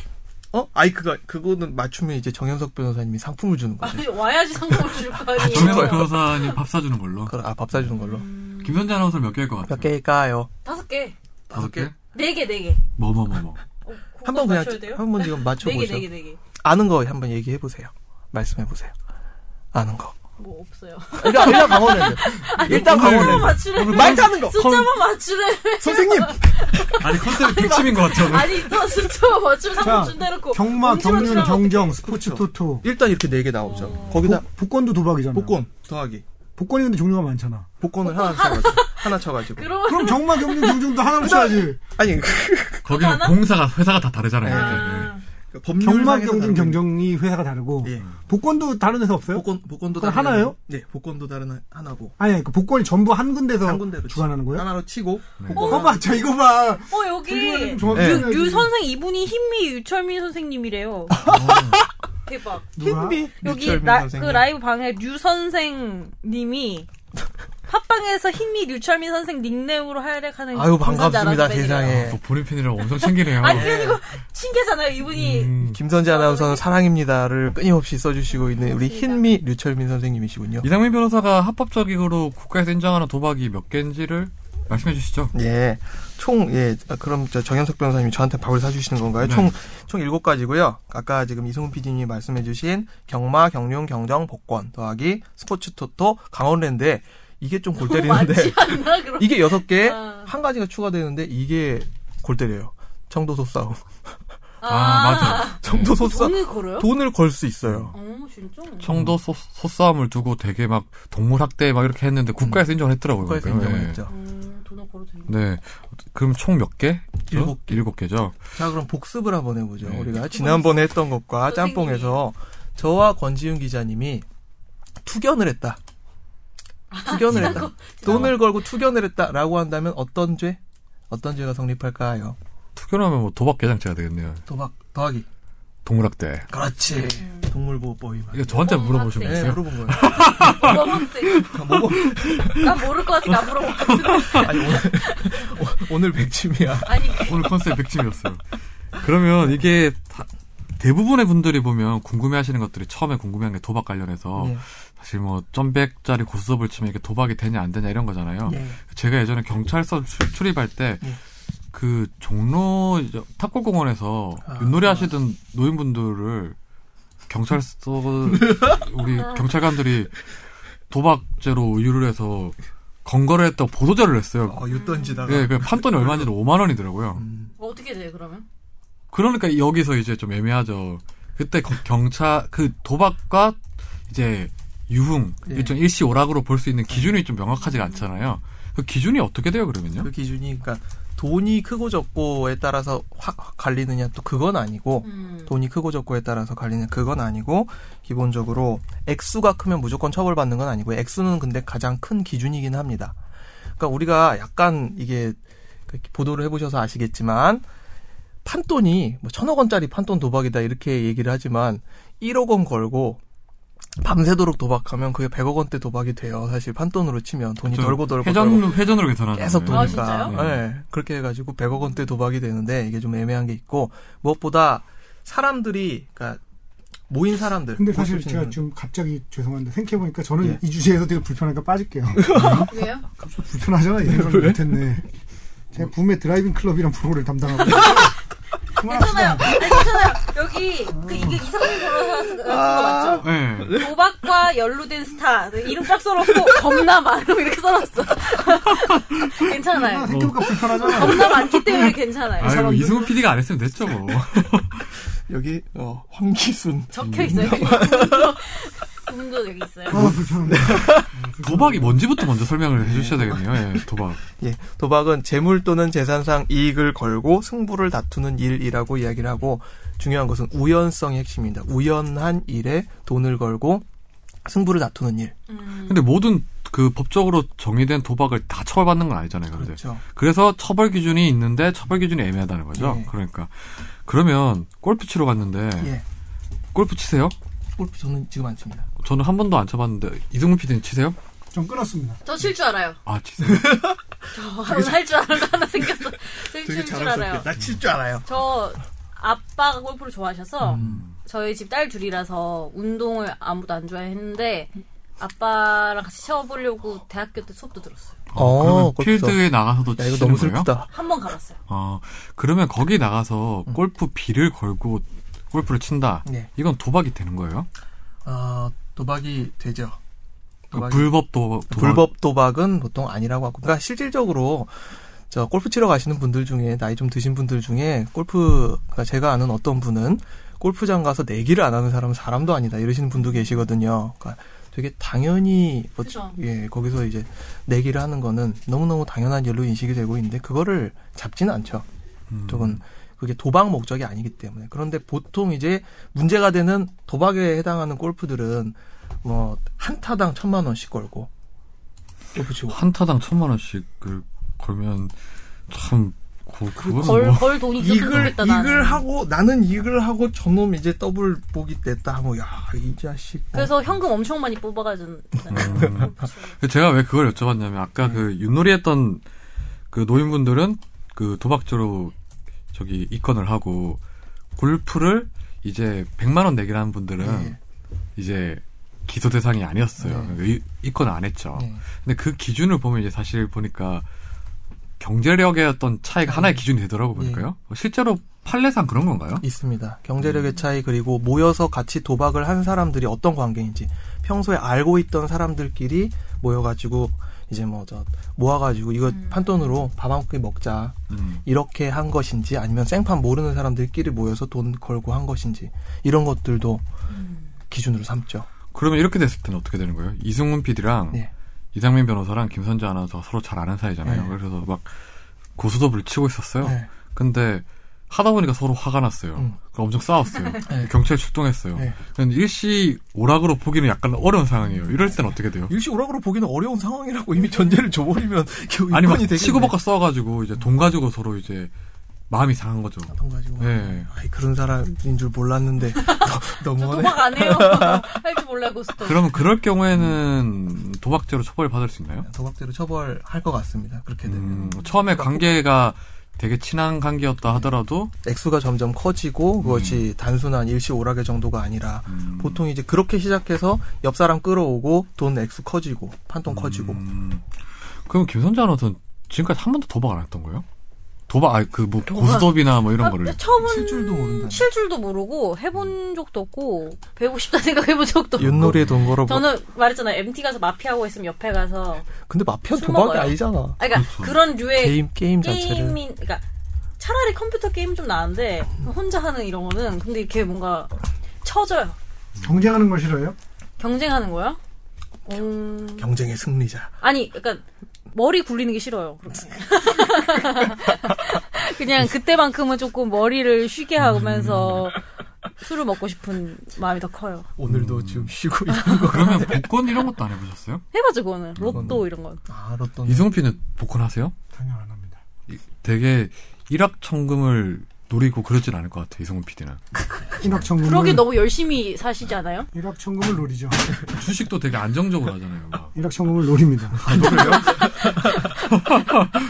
Speaker 2: 어? 아이, 그거, 그거는 맞추면 이제 정현석 변호사님이 상품을 주는 거죠.
Speaker 3: 아니 와야지 상품을 줄 거
Speaker 1: 정현석
Speaker 3: 아니에요.
Speaker 1: 변호사님 밥 사주는 걸로.
Speaker 2: 그럼, 아, 밥 사주는 걸로.
Speaker 3: 음.
Speaker 1: 김선재 아나운서 몇 개일 것 같아요?
Speaker 2: 몇 개일까요?
Speaker 3: 다섯 개.
Speaker 1: 다섯 개?
Speaker 3: 네 개, 네 개.
Speaker 1: 뭐 뭐 뭐 뭐.
Speaker 3: 어,
Speaker 2: 한 번 그냥,
Speaker 3: 맞춰야 돼요?
Speaker 2: 한 번 지금
Speaker 3: 네 개,
Speaker 2: 맞춰보죠.
Speaker 3: 네 개, 네 개.
Speaker 2: 아는 거 한번 얘기해보세요. 말씀해보세요. 아는 거.
Speaker 3: 뭐 없어요.
Speaker 2: 일단, 일단 강원랜드. 일단
Speaker 3: 숫자만
Speaker 2: 강원랜드.
Speaker 3: 맞추래.
Speaker 2: 말 타는 거.
Speaker 3: 숫자만 맞추래.
Speaker 2: 선생님!
Speaker 1: 아니 컨셉이 백심인 것 같아요. 오늘.
Speaker 3: 아니 너 숫자만 맞추면
Speaker 4: 자,
Speaker 3: 상품 준다놓고.
Speaker 4: 경마,
Speaker 3: 엄지만
Speaker 4: 경륜,
Speaker 3: 치라고.
Speaker 4: 경정, 스포츠,
Speaker 2: 그렇죠.
Speaker 4: 토토.
Speaker 2: 일단 이렇게 네 개 나오죠. 거기다
Speaker 4: 복- 복권도 도박이잖아.
Speaker 2: 복권 더하기.
Speaker 4: 복권이 근데 종류가 많잖아.
Speaker 2: 복권을 하나 쳐가지고. 하나 쳐가지고.
Speaker 3: 그러면
Speaker 4: 그럼 경마, 경륜, 경정도 하나로 쳐야지.
Speaker 2: 아니,
Speaker 1: 거기는 공사가 회사가 다 다르잖아요. 네,
Speaker 3: 아,
Speaker 2: 그 법률상에서
Speaker 4: 경마, 경륜,
Speaker 2: 다른
Speaker 4: 경정이 회사가 다르고
Speaker 2: 예.
Speaker 4: 복권도 다른 회사 없어요?
Speaker 2: 복권, 복권도
Speaker 4: 그건
Speaker 2: 다른.
Speaker 4: 하나예요?
Speaker 2: 네, 복권도 다른 하- 하나고.
Speaker 4: 아니, 그 복권이 전부 한 군데서
Speaker 2: 한 군데로.
Speaker 4: 어, 주관하는
Speaker 2: 치-
Speaker 4: 거예요?
Speaker 2: 하나로 치고.
Speaker 4: 이거
Speaker 2: 복권
Speaker 4: 봐, 저 이거 봐.
Speaker 3: 어 아, 여기
Speaker 4: 좀 정확히
Speaker 2: 네.
Speaker 4: 해야지.
Speaker 3: 유 선생 이분이 흰미 유철민 선생님이래요. 대박.
Speaker 4: 누가?
Speaker 2: 흰비.
Speaker 3: 여기
Speaker 2: 아. 유철민
Speaker 3: 나, 그
Speaker 2: 선생님.
Speaker 3: 라이브 방에 류 선생님이 팟빵에서 흰미 류철민 선생 닉네임으로 활약하는
Speaker 2: 아유
Speaker 3: 김선재
Speaker 2: 반갑습니다
Speaker 3: 아나운서 팬이래요.
Speaker 2: 세상에.
Speaker 1: 네. 또 본인 팬이라 엄청 챙기네요.
Speaker 3: 아니 그냥 이거 신기하잖아요 이분이
Speaker 1: 음.
Speaker 2: 김선재 아나운서는 사랑입니다를 끊임없이 써주시고 있는 우리 흰미 류철민 선생님이시군요.
Speaker 1: 이상민 변호사가 합법적으로 국가에서 인정하는 도박이 몇 개인지를 말씀해 주시죠.
Speaker 2: 예. 총, 예. 아, 그럼 저 정현석 변호사님이 저한테 밥을 사주시는 건가요?
Speaker 1: 네.
Speaker 2: 총, 총 일곱 가지고요. 아까 지금 이승훈 PD님이 말씀해주신 경마, 경륜, 경정, 복권 더하기 스포츠 토토, 강원랜드에 이게 좀 골 때리는데
Speaker 3: 맞지 않나 그럼
Speaker 2: 이게 여섯 개에
Speaker 3: 아.
Speaker 2: 한 가지가 추가되는데 이게 골 때려요. 청도소 싸움.
Speaker 1: 아, 맞아.
Speaker 2: 청도소 싸움.
Speaker 3: 돈을 걸어요?
Speaker 2: 돈을 걸 수 있어요.
Speaker 3: 어 진짜?
Speaker 1: 청도 소, 소싸움을 두고 되게 막 동물 학대 막 이렇게 했는데 음. 국가에서 인정을 했더라고요.
Speaker 2: 국가에서
Speaker 1: 그러니까.
Speaker 2: 인정을
Speaker 1: 네.
Speaker 2: 했죠.
Speaker 3: 음, 돈을 걸어도 되는
Speaker 1: 네. 그럼 총 몇 개?
Speaker 2: 일곱
Speaker 1: 개. 일곱 개죠.
Speaker 2: 자, 그럼 복습을 한번 해보죠.
Speaker 1: 네.
Speaker 2: 우리가 지난번에 했던 것과
Speaker 3: 선생님이.
Speaker 2: 짬뽕에서 저와 권지윤 기자님이 투견을 했다. 투견을
Speaker 3: 아,
Speaker 2: 했다. 돈을 걸고 투견을 했다라고 한다면 어떤 죄? 어떤 죄가 성립할까요?
Speaker 1: 투견하면 뭐 도박 개장체가 되겠네요.
Speaker 2: 도박, 더하기.
Speaker 1: 동물 학대.
Speaker 2: 그렇지.
Speaker 3: 네.
Speaker 2: 동물보호법이 말.
Speaker 1: 이거 그러니까 저한테
Speaker 3: 도박
Speaker 1: 물어보시면
Speaker 2: 네,
Speaker 1: 되세요.
Speaker 2: 물어본 거예요. 아,
Speaker 3: 거학생
Speaker 2: 뭐고?
Speaker 3: 난 모를 것 같으니까 안 물어볼 것 같아
Speaker 2: 아니, 오늘, 오- 오늘 백침이야.
Speaker 3: 아니
Speaker 1: 오늘 컨셉 백침이었어요. 그러면 이게 다- 대부분의 분들이 보면 궁금해하시는 것들이 처음에 궁금한 게 도박 관련해서
Speaker 2: 네.
Speaker 1: 사실 뭐 점백짜리 고스톱을 치면 이게 도박이 되냐 안 되냐 이런 거잖아요.
Speaker 2: 네.
Speaker 1: 제가 예전에 경찰서 출- 출입할 때 그
Speaker 2: 네.
Speaker 1: 종로 이제 탑골공원에서
Speaker 2: 아.
Speaker 1: 윷놀이 하시던 노인분들을 경찰서 우리 경찰관들이 도박죄로 의유를 해서 건거를 했다고 보도자를 했어요.
Speaker 2: 어, 윷 던지다가.
Speaker 1: 예, 그 판돈이 얼마인지 5만 원이더라고요.
Speaker 2: 음,
Speaker 3: 뭐 어떻게 돼 그러면?
Speaker 1: 그러니까 여기서 이제 좀 애매하죠. 그때 거- 경찰 그 도박과 이제 유흥
Speaker 2: 예.
Speaker 1: 일종 일시 오락으로 볼 수 있는 기준이 좀 명확하지가 않잖아요. 그 기준이 어떻게 돼요 그러면요?
Speaker 2: 그 기준이, 그러니까 돈이 크고 적고에 따라서 확, 확 갈리느냐 또 그건 아니고,
Speaker 3: 음.
Speaker 2: 돈이 크고 적고에 따라서 갈리는 그건 아니고 기본적으로 액수가 크면 무조건 처벌받는 건 아니고 액수는 근데 가장 큰 기준이긴 합니다. 그러니까 우리가 약간 이게 그 보도를 해보셔서 아시겠지만 판돈이 뭐 천억 원짜리 판돈 도박이다 이렇게 얘기를 하지만 1억 원 걸고 밤새도록 도박하면 그게 100억 원대 도박이 돼요. 사실 판돈으로 치면 돈이
Speaker 1: 저
Speaker 2: 돌고 돌고 돌고
Speaker 1: 그렇죠. 회전 회전으로 계산하는
Speaker 2: 계속
Speaker 1: 거예요.
Speaker 3: 아,
Speaker 2: 도니까
Speaker 1: 진짜요?
Speaker 2: 예, 그렇게 해가지고 100억 원대 도박이 되는데 이게 좀 애매한 게 있고 무엇보다 사람들이 그러니까 모인 사람들
Speaker 4: 근데 사실
Speaker 2: 모습이
Speaker 4: 제가
Speaker 2: 있는-
Speaker 4: 좀 갑자기 죄송한데 생각해보니까 저는
Speaker 2: 예.
Speaker 4: 이 주제에서 되게 불편하니까 빠질게요.
Speaker 3: 왜요?
Speaker 4: 불편하잖아 이런 걸 못했네. 제가 붐의 드라이빙 클럽이란 프로를 담당하고
Speaker 3: 괜찮아요. 아니, 괜찮아요. 여기 그 이게 이상민 변호사 쓴거 맞죠?
Speaker 1: 네.
Speaker 3: 도박과 연루된 스타 그 이름 쫙 써놓고 겁나 많음 이렇게 써놨어.
Speaker 4: 아,
Speaker 3: 괜찮아요.
Speaker 4: 생각해보니까 불편하잖아.
Speaker 3: 겁나 많기 때문에 괜찮아요.
Speaker 1: 아이고
Speaker 4: 사람들은-
Speaker 1: 이승훈 PD가 안 했으면 됐죠 뭐.
Speaker 2: 여기 어, 황기순
Speaker 3: 적혀 있어요. 그분도- 그분도 여기 있어요.
Speaker 4: 아 불편한데.
Speaker 1: 도박이 뭔지부터 먼저 설명을 해주셔야 되겠네요. 예, 도박.
Speaker 2: 예, 도박은 재물 또는 재산상 이익을 걸고 승부를 다투는 일이라고 이야기를 하고 중요한 것은 우연성이 핵심입니다. 우연한 일에 돈을 걸고 승부를 다투는 일
Speaker 3: 음,
Speaker 1: 근데 모든 그 법적으로 정의된 도박을 다 처벌받는 건 아니잖아요. 네. 근데.
Speaker 2: 그렇죠.
Speaker 1: 그래서 처벌 기준이 있는데 처벌 기준이 애매하다는 거죠.
Speaker 2: 예.
Speaker 1: 그러니까 그러면 골프 치러 갔는데
Speaker 2: 예,
Speaker 1: 골프 치세요?
Speaker 2: 골프 저는 지금 안 칩니다.
Speaker 1: 저는 한 번도 안 쳐봤는데 이승훈 PD는 치세요?
Speaker 4: 좀 끊었습니다.
Speaker 3: 저 칠 줄 알아요.
Speaker 1: 아 치세요.
Speaker 3: 저는 할줄 아는 거 하나 생겼어. 칠줄 알아요.
Speaker 2: 나칠 줄 알아요.
Speaker 3: 저 아빠가 골프를 좋아하셔서
Speaker 2: 음.
Speaker 3: 저희 집 딸 둘이라서 운동을 아무도 안 좋아했는데 아빠랑 같이 쳐보려고 대학교 때 수업도 들었어요.
Speaker 2: 어,
Speaker 1: 그러면
Speaker 2: 골프
Speaker 1: 필드에 나가서도
Speaker 2: 야, 이거
Speaker 1: 치시는
Speaker 2: 너무
Speaker 1: 거예요?
Speaker 2: 슬프다.
Speaker 3: 한 번 가봤어요.
Speaker 1: 아 그러면 거기 나가서
Speaker 2: 음.
Speaker 1: 골프 비를 걸고 골프를 친다.
Speaker 2: 네.
Speaker 1: 이건 도박이 되는 거예요?
Speaker 2: 아, 도박이 되죠.
Speaker 1: 그러니까
Speaker 2: 도박이-
Speaker 1: 불법 도, 도박.
Speaker 2: 불법 도박은 보통 아니라고 하고. 그러니까 실질적으로 저 골프 치러 가시는 분들 중에 나이 좀 드신 분들 중에 골프 그러니까 제가 아는 어떤 분은 골프장 가서 내기를 안 하는 사람은 사람도 아니다 이러시는 분도 계시거든요. 그러니까 되게 당연히 뭐
Speaker 3: 그죠.
Speaker 2: 예, 거기서 이제 내기를 하는 거는 너무너무 당연한 일로 인식이 되고 있는데 그거를 잡지는 않죠.
Speaker 1: 음.
Speaker 2: 쪽은 그게 도박 목적이 아니기 때문에 그런데 보통 이제 문제가 되는 도박에 해당하는 골프들은 뭐 한타당 천만 원씩 걸고 골프 치고
Speaker 3: 어,
Speaker 1: 한 타당 천만 원씩을 걸면 참 그, 그건
Speaker 3: 벌,
Speaker 1: 뭐.
Speaker 3: 벌 돈이 있었으면
Speaker 2: 이글
Speaker 3: 좋겠다, 나는.
Speaker 2: 이글 하고 나는 이글 하고 저놈 이제 더블 보기 냈다 하고 야 이 자식 뭐.
Speaker 3: 그래서 현금 엄청 많이 뽑아가지고.
Speaker 2: 음.
Speaker 1: 제가 왜 그걸 여쭤봤냐면 아까 그 윷놀이 했던 그 노인분들은 그 도박죄로 저기 입건을 하고 골프를 이제 100만 원 내기를 하는 분들은
Speaker 2: 네.
Speaker 1: 이제 기소 대상이 아니었어요.
Speaker 2: 네.
Speaker 1: 그러니까 이- 입건을 안 했죠.
Speaker 2: 네.
Speaker 1: 근데 그 기준을 보면 이제 사실 보니까 경제력의 어떤 차이가 하나의
Speaker 2: 네.
Speaker 1: 기준이 되더라고 보니까요. 실제로 판례상 그런 건가요?
Speaker 2: 있습니다. 경제력의 차이 그리고 모여서 같이 도박을 한 사람들이 어떤 관계인지 평소에 알고 있던 사람들끼리 모여가지고 이제 뭐 저 모아가지고 이거
Speaker 3: 음.
Speaker 2: 판돈으로 밥 한 끼 먹자
Speaker 1: 음.
Speaker 2: 이렇게 한 것인지 아니면 생판 모르는 사람들끼리 모여서 돈 걸고 한 것인지 이런 것들도
Speaker 3: 음.
Speaker 2: 기준으로 삼죠.
Speaker 1: 그러면 이렇게 됐을 때는 어떻게 되는 거예요? 이승훈 PD랑
Speaker 2: 네.
Speaker 1: 이상민 변호사랑 김선재 아나운서 서로 잘 아는 사이잖아요.
Speaker 2: 네.
Speaker 1: 그래서 막 고수톱을 치고 있었어요.
Speaker 2: 네.
Speaker 1: 근데 하다 보니까 서로 화가 났어요.
Speaker 2: 음.
Speaker 1: 그럼 엄청 싸웠어요.
Speaker 2: 네.
Speaker 1: 경찰 출동했어요.
Speaker 2: 네.
Speaker 1: 근데 일시 오락으로 보기는 약간 어려운 상황이에요. 이럴 땐 어떻게 돼요?
Speaker 2: 일시 오락으로 보기는 어려운 상황이라고 이미 전제를 줘버리면 겨우
Speaker 1: 아니 막
Speaker 2: 입건이 되겠네.
Speaker 1: 치고받고 싸워가지고 이제 돈 가지고 서로 이제 마음이 상한 거죠.
Speaker 2: 어떤 가지고. 뭐.
Speaker 1: 예.
Speaker 2: 아이, 그런 사람인 줄 몰랐는데 너,
Speaker 3: 저
Speaker 2: 너무하네.
Speaker 3: 도박 안 해요. 할 줄 몰라, 고스톱.
Speaker 1: 그러면 그럴 경우에는 도박죄로 처벌 받을 수 있나요?
Speaker 2: 도박죄로 처벌할 것 같습니다. 그렇게 되면
Speaker 1: 음, 처음에 관계가 되게 친한 관계였다 하더라도
Speaker 2: 액수가 점점 커지고 그것이 단순한 일시 오락의 정도가 아니라
Speaker 1: 음,
Speaker 2: 보통 이제 그렇게 시작해서 옆 사람 끌어오고 돈 액수 커지고 판돈 커지고
Speaker 1: 음, 그럼 김선재 아나운서는 지금까지 한 번도 도박 안 했던 거예요? 도박 아니 그뭐
Speaker 3: 도박.
Speaker 1: 고스톱이나 뭐 이런
Speaker 3: 아,
Speaker 1: 거를
Speaker 3: 처음은
Speaker 2: 칠 줄도 모른다.
Speaker 3: 칠 줄도 모르고 해본 적도 없고 배우고 싶다 생각해본 적도 없고
Speaker 2: 윷놀이에 돈 걸어보.
Speaker 3: 저는 말했잖아요 MT 가서 마피아하고 있으면 옆에 가서
Speaker 2: 근데 마피아
Speaker 3: 술
Speaker 2: 도박이
Speaker 3: 먹어요.
Speaker 2: 아니잖아.
Speaker 3: 아, 그러니까 그런 류의
Speaker 2: 게임 게임 자체를
Speaker 3: 게임인 그러니까 차라리 컴퓨터 게임 좀 나은데 혼자 하는 이런 거는 근데 이렇게 뭔가 쳐져요
Speaker 4: 경쟁하는 걸 싫어요?
Speaker 3: 경쟁하는 거야 음,
Speaker 2: 경쟁의 승리자.
Speaker 3: 아니 그러니까 머리 굴리는 게 싫어요 그렇게. 그냥 그때만큼은 조금 머리를 쉬게
Speaker 2: 음.
Speaker 3: 하면서 술을 먹고 싶은 마음이 더 커요
Speaker 2: 오늘도 지금 쉬고 있는 거.
Speaker 1: 그러면 복권 이런 것도 안 해보셨어요?
Speaker 3: 해봤죠 그거는 로또 이런 건
Speaker 2: 아, 로또는
Speaker 1: 이승훈 PD는 복권 하세요?
Speaker 4: 당연 안 합니다.
Speaker 1: 이- 되게 일확천금을 노리고 그러진 않을 것 같아요 이승훈 PD는
Speaker 4: 일확천금을
Speaker 3: 그러게
Speaker 2: 음.
Speaker 3: 너무 열심히 사시지 않아요?
Speaker 4: 일확천금을 노리죠.
Speaker 1: 주식도 되게 안정적으로 하잖아요 막.
Speaker 4: 일확천금을 노립니다.
Speaker 1: 아,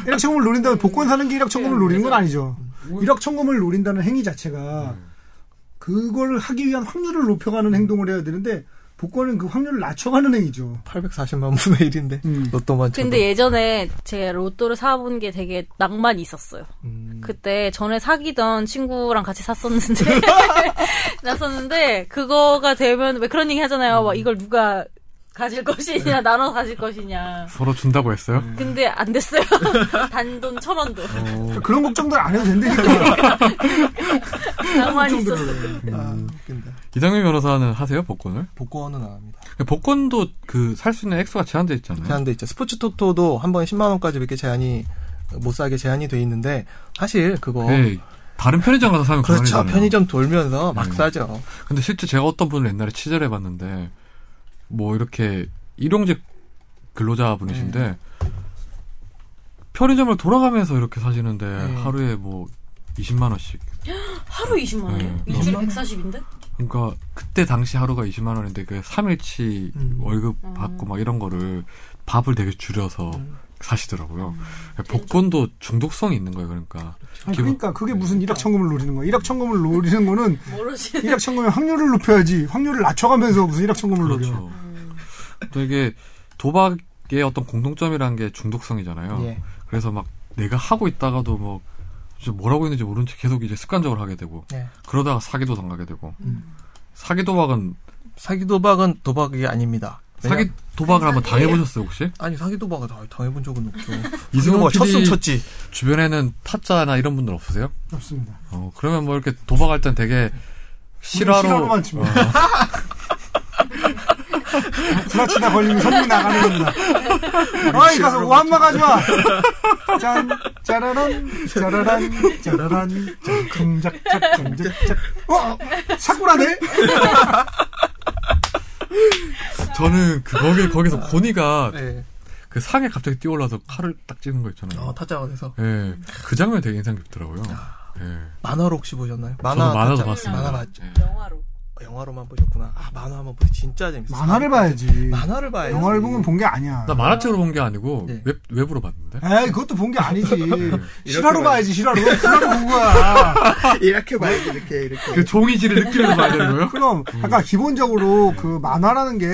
Speaker 4: 일확천금을 노린다면 복권 사는 게
Speaker 1: 네,
Speaker 4: 일확천금을 노리는 건 아니죠. 일확천금을 노린다는 행위 자체가
Speaker 1: 네.
Speaker 4: 그걸 하기 위한 확률을 높여가는
Speaker 1: 음.
Speaker 4: 행동을 해야 되는데 복권은 그 확률을 낮춰가는 행위죠.
Speaker 2: 840만 분의 1인데
Speaker 4: 음.
Speaker 2: 로또만 쳐도
Speaker 3: 근데 예전에 제가 로또를 사본 게 되게 낭만이 있었어요.
Speaker 2: 음,
Speaker 3: 그때 전에 사귀던 친구랑 같이 샀었는데, 났었는데, 그거가 되면 왜 그런 얘기 하잖아요. 막 이걸 누가 가질 것이냐, 나눠 가질 것이냐.
Speaker 1: 서로 준다고 했어요?
Speaker 2: 네.
Speaker 3: 근데 안 됐어요. 단돈 천 원도.
Speaker 1: 어.
Speaker 4: 그러니까 그런 걱정들 안 해도 된다니까.
Speaker 3: 낭만이 있었어.
Speaker 2: 아, 웃긴다.
Speaker 1: 이상민 변호사는 하세요 복권을?
Speaker 2: 복권은 안 합니다.
Speaker 1: 복권도 그 살 수 있는 액수가 제한돼 있잖아요.
Speaker 2: 제한돼 있죠. 스포츠 토토도 한 번에 10만 원까지 이렇게 제한이 못 사게 제한이 돼 있는데 사실 그거
Speaker 1: 네, 다른 편의점 가서 사면
Speaker 2: 그렇죠.
Speaker 1: 그만이잖아요.
Speaker 2: 편의점 돌면서 막
Speaker 1: 네.
Speaker 2: 사죠.
Speaker 1: 근데 실제 제가 어떤 분을 옛날에 취재를 해봤는데 뭐 이렇게 일용직 근로자분이신데
Speaker 2: 네.
Speaker 1: 편의점을 돌아가면서 이렇게 사시는데
Speaker 2: 네.
Speaker 1: 하루에 뭐 20만 원씩.
Speaker 3: 하루 20만 원이에요?
Speaker 1: 네.
Speaker 3: 일주일에 140인데?
Speaker 1: 그러니까 그때 당시 하루가 20만 원인데 그 3일치
Speaker 2: 음.
Speaker 1: 월급 받고 막 이런 거를 밥을 되게 줄여서
Speaker 2: 음.
Speaker 1: 사시더라고요. 예, 복권도 중독성이 있는 거예요. 그러니까
Speaker 4: 아니, 그러니까 그게 무슨 일확천금을 노리는 거야. 일확천금을 노리는 거는
Speaker 3: 모르지.
Speaker 4: 일확천금의 확률을 높여야지 확률을 낮춰가면서 무슨 일확천금을 노려.
Speaker 1: 그렇죠. 또 이게 도박의 어떤 공통점이라는 게 중독성이잖아요.
Speaker 2: 예.
Speaker 1: 그래서 막 내가 하고 있다가도 뭐 진짜 뭐라고 있는지 모른 채 계속 이제 습관적으로 하게 되고
Speaker 2: 예.
Speaker 1: 그러다가 사기도 당하게 되고
Speaker 3: 음.
Speaker 1: 사기 도박은
Speaker 2: 사기 도박은 도박이 아닙니다. 왜냐-
Speaker 1: 사기 도박을 한번
Speaker 3: 사기예요.
Speaker 1: 당해보셨어요 혹시?
Speaker 2: 아니 사기 도박은 다 당해본 적은 없죠.
Speaker 1: 이승훈
Speaker 2: 이승호가 쳤으면
Speaker 1: PD
Speaker 2: 쳤지.
Speaker 1: 주변에는 타짜나 이런 분들 없으세요?
Speaker 4: 없습니다.
Speaker 1: 어, 그러면 뭐 이렇게 도박할 땐 되게 실화로
Speaker 4: 실화로만
Speaker 2: 어.
Speaker 4: 칩니다. 부라치다 걸리면 선물 나가는 겁니다. 어이 가서 오한마 가져와. 짠 짜라란 짜라란 짜라란 쿵작작 쿵작작. 어 사쿠라네?
Speaker 1: 저는 그 거기 거기서 고니가
Speaker 2: 예.
Speaker 1: 그 상에 갑자기 뛰어올라서 칼을 딱 찌는 거 있잖아요.
Speaker 2: 어, 타짜가 돼서
Speaker 1: 예, 그 장면 이 되게 인상 깊더라고요. 예.
Speaker 2: 만화로 혹시 보셨나요?
Speaker 1: 저도 만화도
Speaker 2: 타짜-
Speaker 1: 봤습니다.
Speaker 2: 만화 봤죠. 어,
Speaker 1: 예.
Speaker 5: 영화로.
Speaker 2: 영화로만 보셨구나. 아 만화 한번 보세요. 진짜 재밌어요.
Speaker 4: 만화를 봐야지.
Speaker 2: 만화를 봐야
Speaker 4: 영화를 보면 본 게 아니야.
Speaker 1: 나 만화책으로 본 게 아니고
Speaker 2: 예.
Speaker 1: 웹 웹으로 봤는데.
Speaker 4: 에이, 그것도 본 게 아니지. 실화로
Speaker 2: 봐야지.
Speaker 4: 봐야지, 실화로. 실화로 본 거야.
Speaker 2: 이렇게 봐야 돼 이렇게 이렇게.
Speaker 1: 그 종이질을 느끼면서 봐야 되는 거예요?
Speaker 4: 그럼, 아까 기본적으로 그 만화라는 게,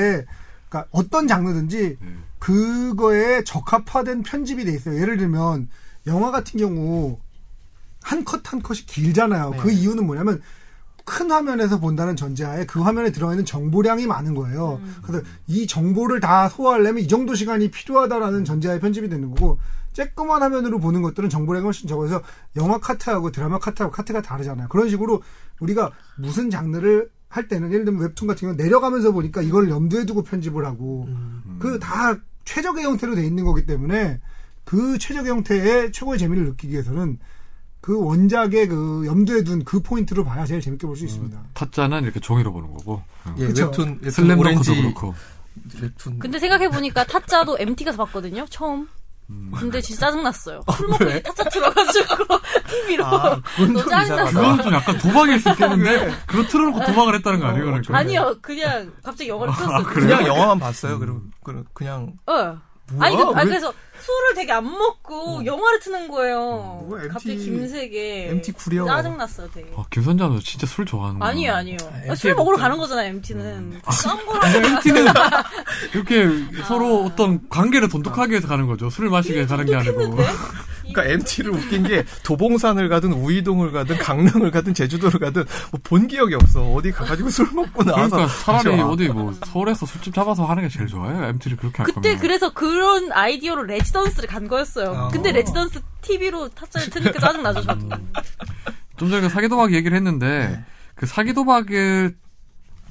Speaker 4: 그러니까 어떤 장르든지
Speaker 1: 음.
Speaker 4: 그거에 적합화된 편집이 돼 있어요. 예를 들면, 영화 같은 경우, 한 컷 한 컷이 길잖아요. 그 이유는 뭐냐면, 큰 화면에서 본다는 전제하에 그 화면에 들어있는 정보량이 많은 거예요. 그래서 이 정보를 다 소화하려면 이 정도 시간이 필요하다라는 전제하에 편집이 되는 거고 쬐끄만 화면으로 보는 것들은 정보량이 훨씬 적어서 영화 카트하고 드라마 카트하고 카트가 다르잖아요. 그런 식으로 우리가 무슨 장르를 할 때는 예를 들면 웹툰 같은 경우 내려가면서 보니까 이걸 염두에 두고 편집을 하고
Speaker 2: 음.
Speaker 4: 그 다 최적의 형태로 돼 있는 거기 때문에 그 최적의 형태의 최고의 재미를 느끼기 위해서는 그 원작의 그 염두에 둔 그 포인트로 봐야 제일 재밌게 볼 수 있습니다.
Speaker 2: 음.
Speaker 1: 타짜는 이렇게 종이로 보는 거고. 응.
Speaker 2: 예,
Speaker 4: 그쵸.
Speaker 2: 웹툰 웹툰
Speaker 1: 슬램덩크도
Speaker 2: 오렌지
Speaker 1: 그렇고.
Speaker 2: 웹툰.
Speaker 3: 근데 생각해보니까 타짜도 MT 가서 봤거든요, 처음. 근데 진짜 짜증났어요. 술 먹고
Speaker 2: 왜?
Speaker 3: 이 타짜 틀어가지고, TV로.
Speaker 2: 아, 그건 좀
Speaker 3: 짜증나.
Speaker 2: 이상하다.
Speaker 1: 그건 좀 약간 도박일 수 있겠는데 그거 틀어놓고 도박을 했다는 거 아니에요? 그러니까.
Speaker 3: 아니요, 그냥 갑자기 영화를 틀었어요.
Speaker 2: 그냥 영화만 봤어요. 그리고
Speaker 1: 음.
Speaker 2: 그- 그냥
Speaker 3: 어.
Speaker 2: 뭐야?
Speaker 3: 아니, 그,
Speaker 2: 왜
Speaker 3: 아니 그래서 술을 되게 안 먹고 영화를 트는 거예요.
Speaker 2: 뭐야, MT
Speaker 3: 갑자기 김세계
Speaker 2: MT 구려.
Speaker 3: 짜증났어요, 되게.
Speaker 1: 아, 김선재 하면 진짜 술 좋아하는 거.
Speaker 3: 아니에요, 아니에요.
Speaker 2: MT
Speaker 3: 술 먹으러
Speaker 2: 먹자.
Speaker 3: 가는 거잖아요, MT는. 그 싼 거랑
Speaker 1: MT는 이렇게 서로 어떤 관계를 돈독하게 해서 가는 거죠. 술을 마시게 해서 가는 게 아니고.
Speaker 2: 그러니까 MT를 웃긴 게 도봉산을 가든 우이동을 가든 강릉을 가든 제주도를 가든 뭐 본 기억이 없어. 어디 가가지고 술 먹고 나와서
Speaker 1: 그러니까 차라리
Speaker 2: 아,
Speaker 1: 어디 뭐 서울에서 술집 잡아서 하는 게 제일 좋아요. MT를 그렇게 할
Speaker 3: 그때
Speaker 1: 거면.
Speaker 3: 그래서 그런 아이디어로 레지던스를 간 거였어요.
Speaker 2: 어.
Speaker 3: 근데 레지던스 TV로 타짜를 트니까 짜증나죠, 저도.
Speaker 1: 좀 전에 그 사기도박 얘기를 했는데 그 사기도박을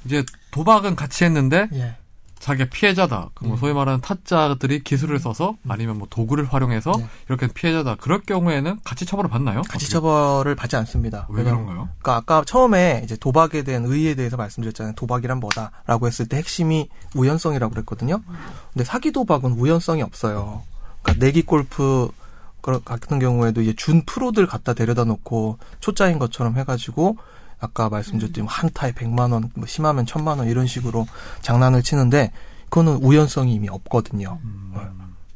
Speaker 1: 이제 도박은 같이 했는데
Speaker 2: 예.
Speaker 1: 자기가 피해자다. 그뭐
Speaker 2: 음.
Speaker 1: 소위 말하는 타짜들이 기술을 써서 아니면 뭐 도구를 활용해서
Speaker 2: 네.
Speaker 1: 이렇게 피해자다. 그럴 경우에는 같이 처벌을 받나요?
Speaker 2: 같이
Speaker 1: 어떻게?
Speaker 2: 처벌을 받지 않습니다.
Speaker 1: 왜
Speaker 2: 왜냐면-
Speaker 1: 그런가요?
Speaker 2: 그러니까 아까 처음에 이제 도박에 대한 의의에 대해서 말씀드렸잖아요. 도박이란 뭐다라고 했을 때 핵심이 우연성이라고 그랬거든요. 근데 사기 도박은 우연성이 없어요. 그러니까 내기 골프 그런 같은 경우에도 이제 준 프로들 갖다 데려다 놓고 초짜인 것처럼 해가지고 아까 말씀드렸듯이 한 타에 100만 원, 뭐 심하면 1000만 원 이런 식으로 장난을 치는데 그거는 우연성이 이미 없거든요.
Speaker 1: 음.
Speaker 2: 네.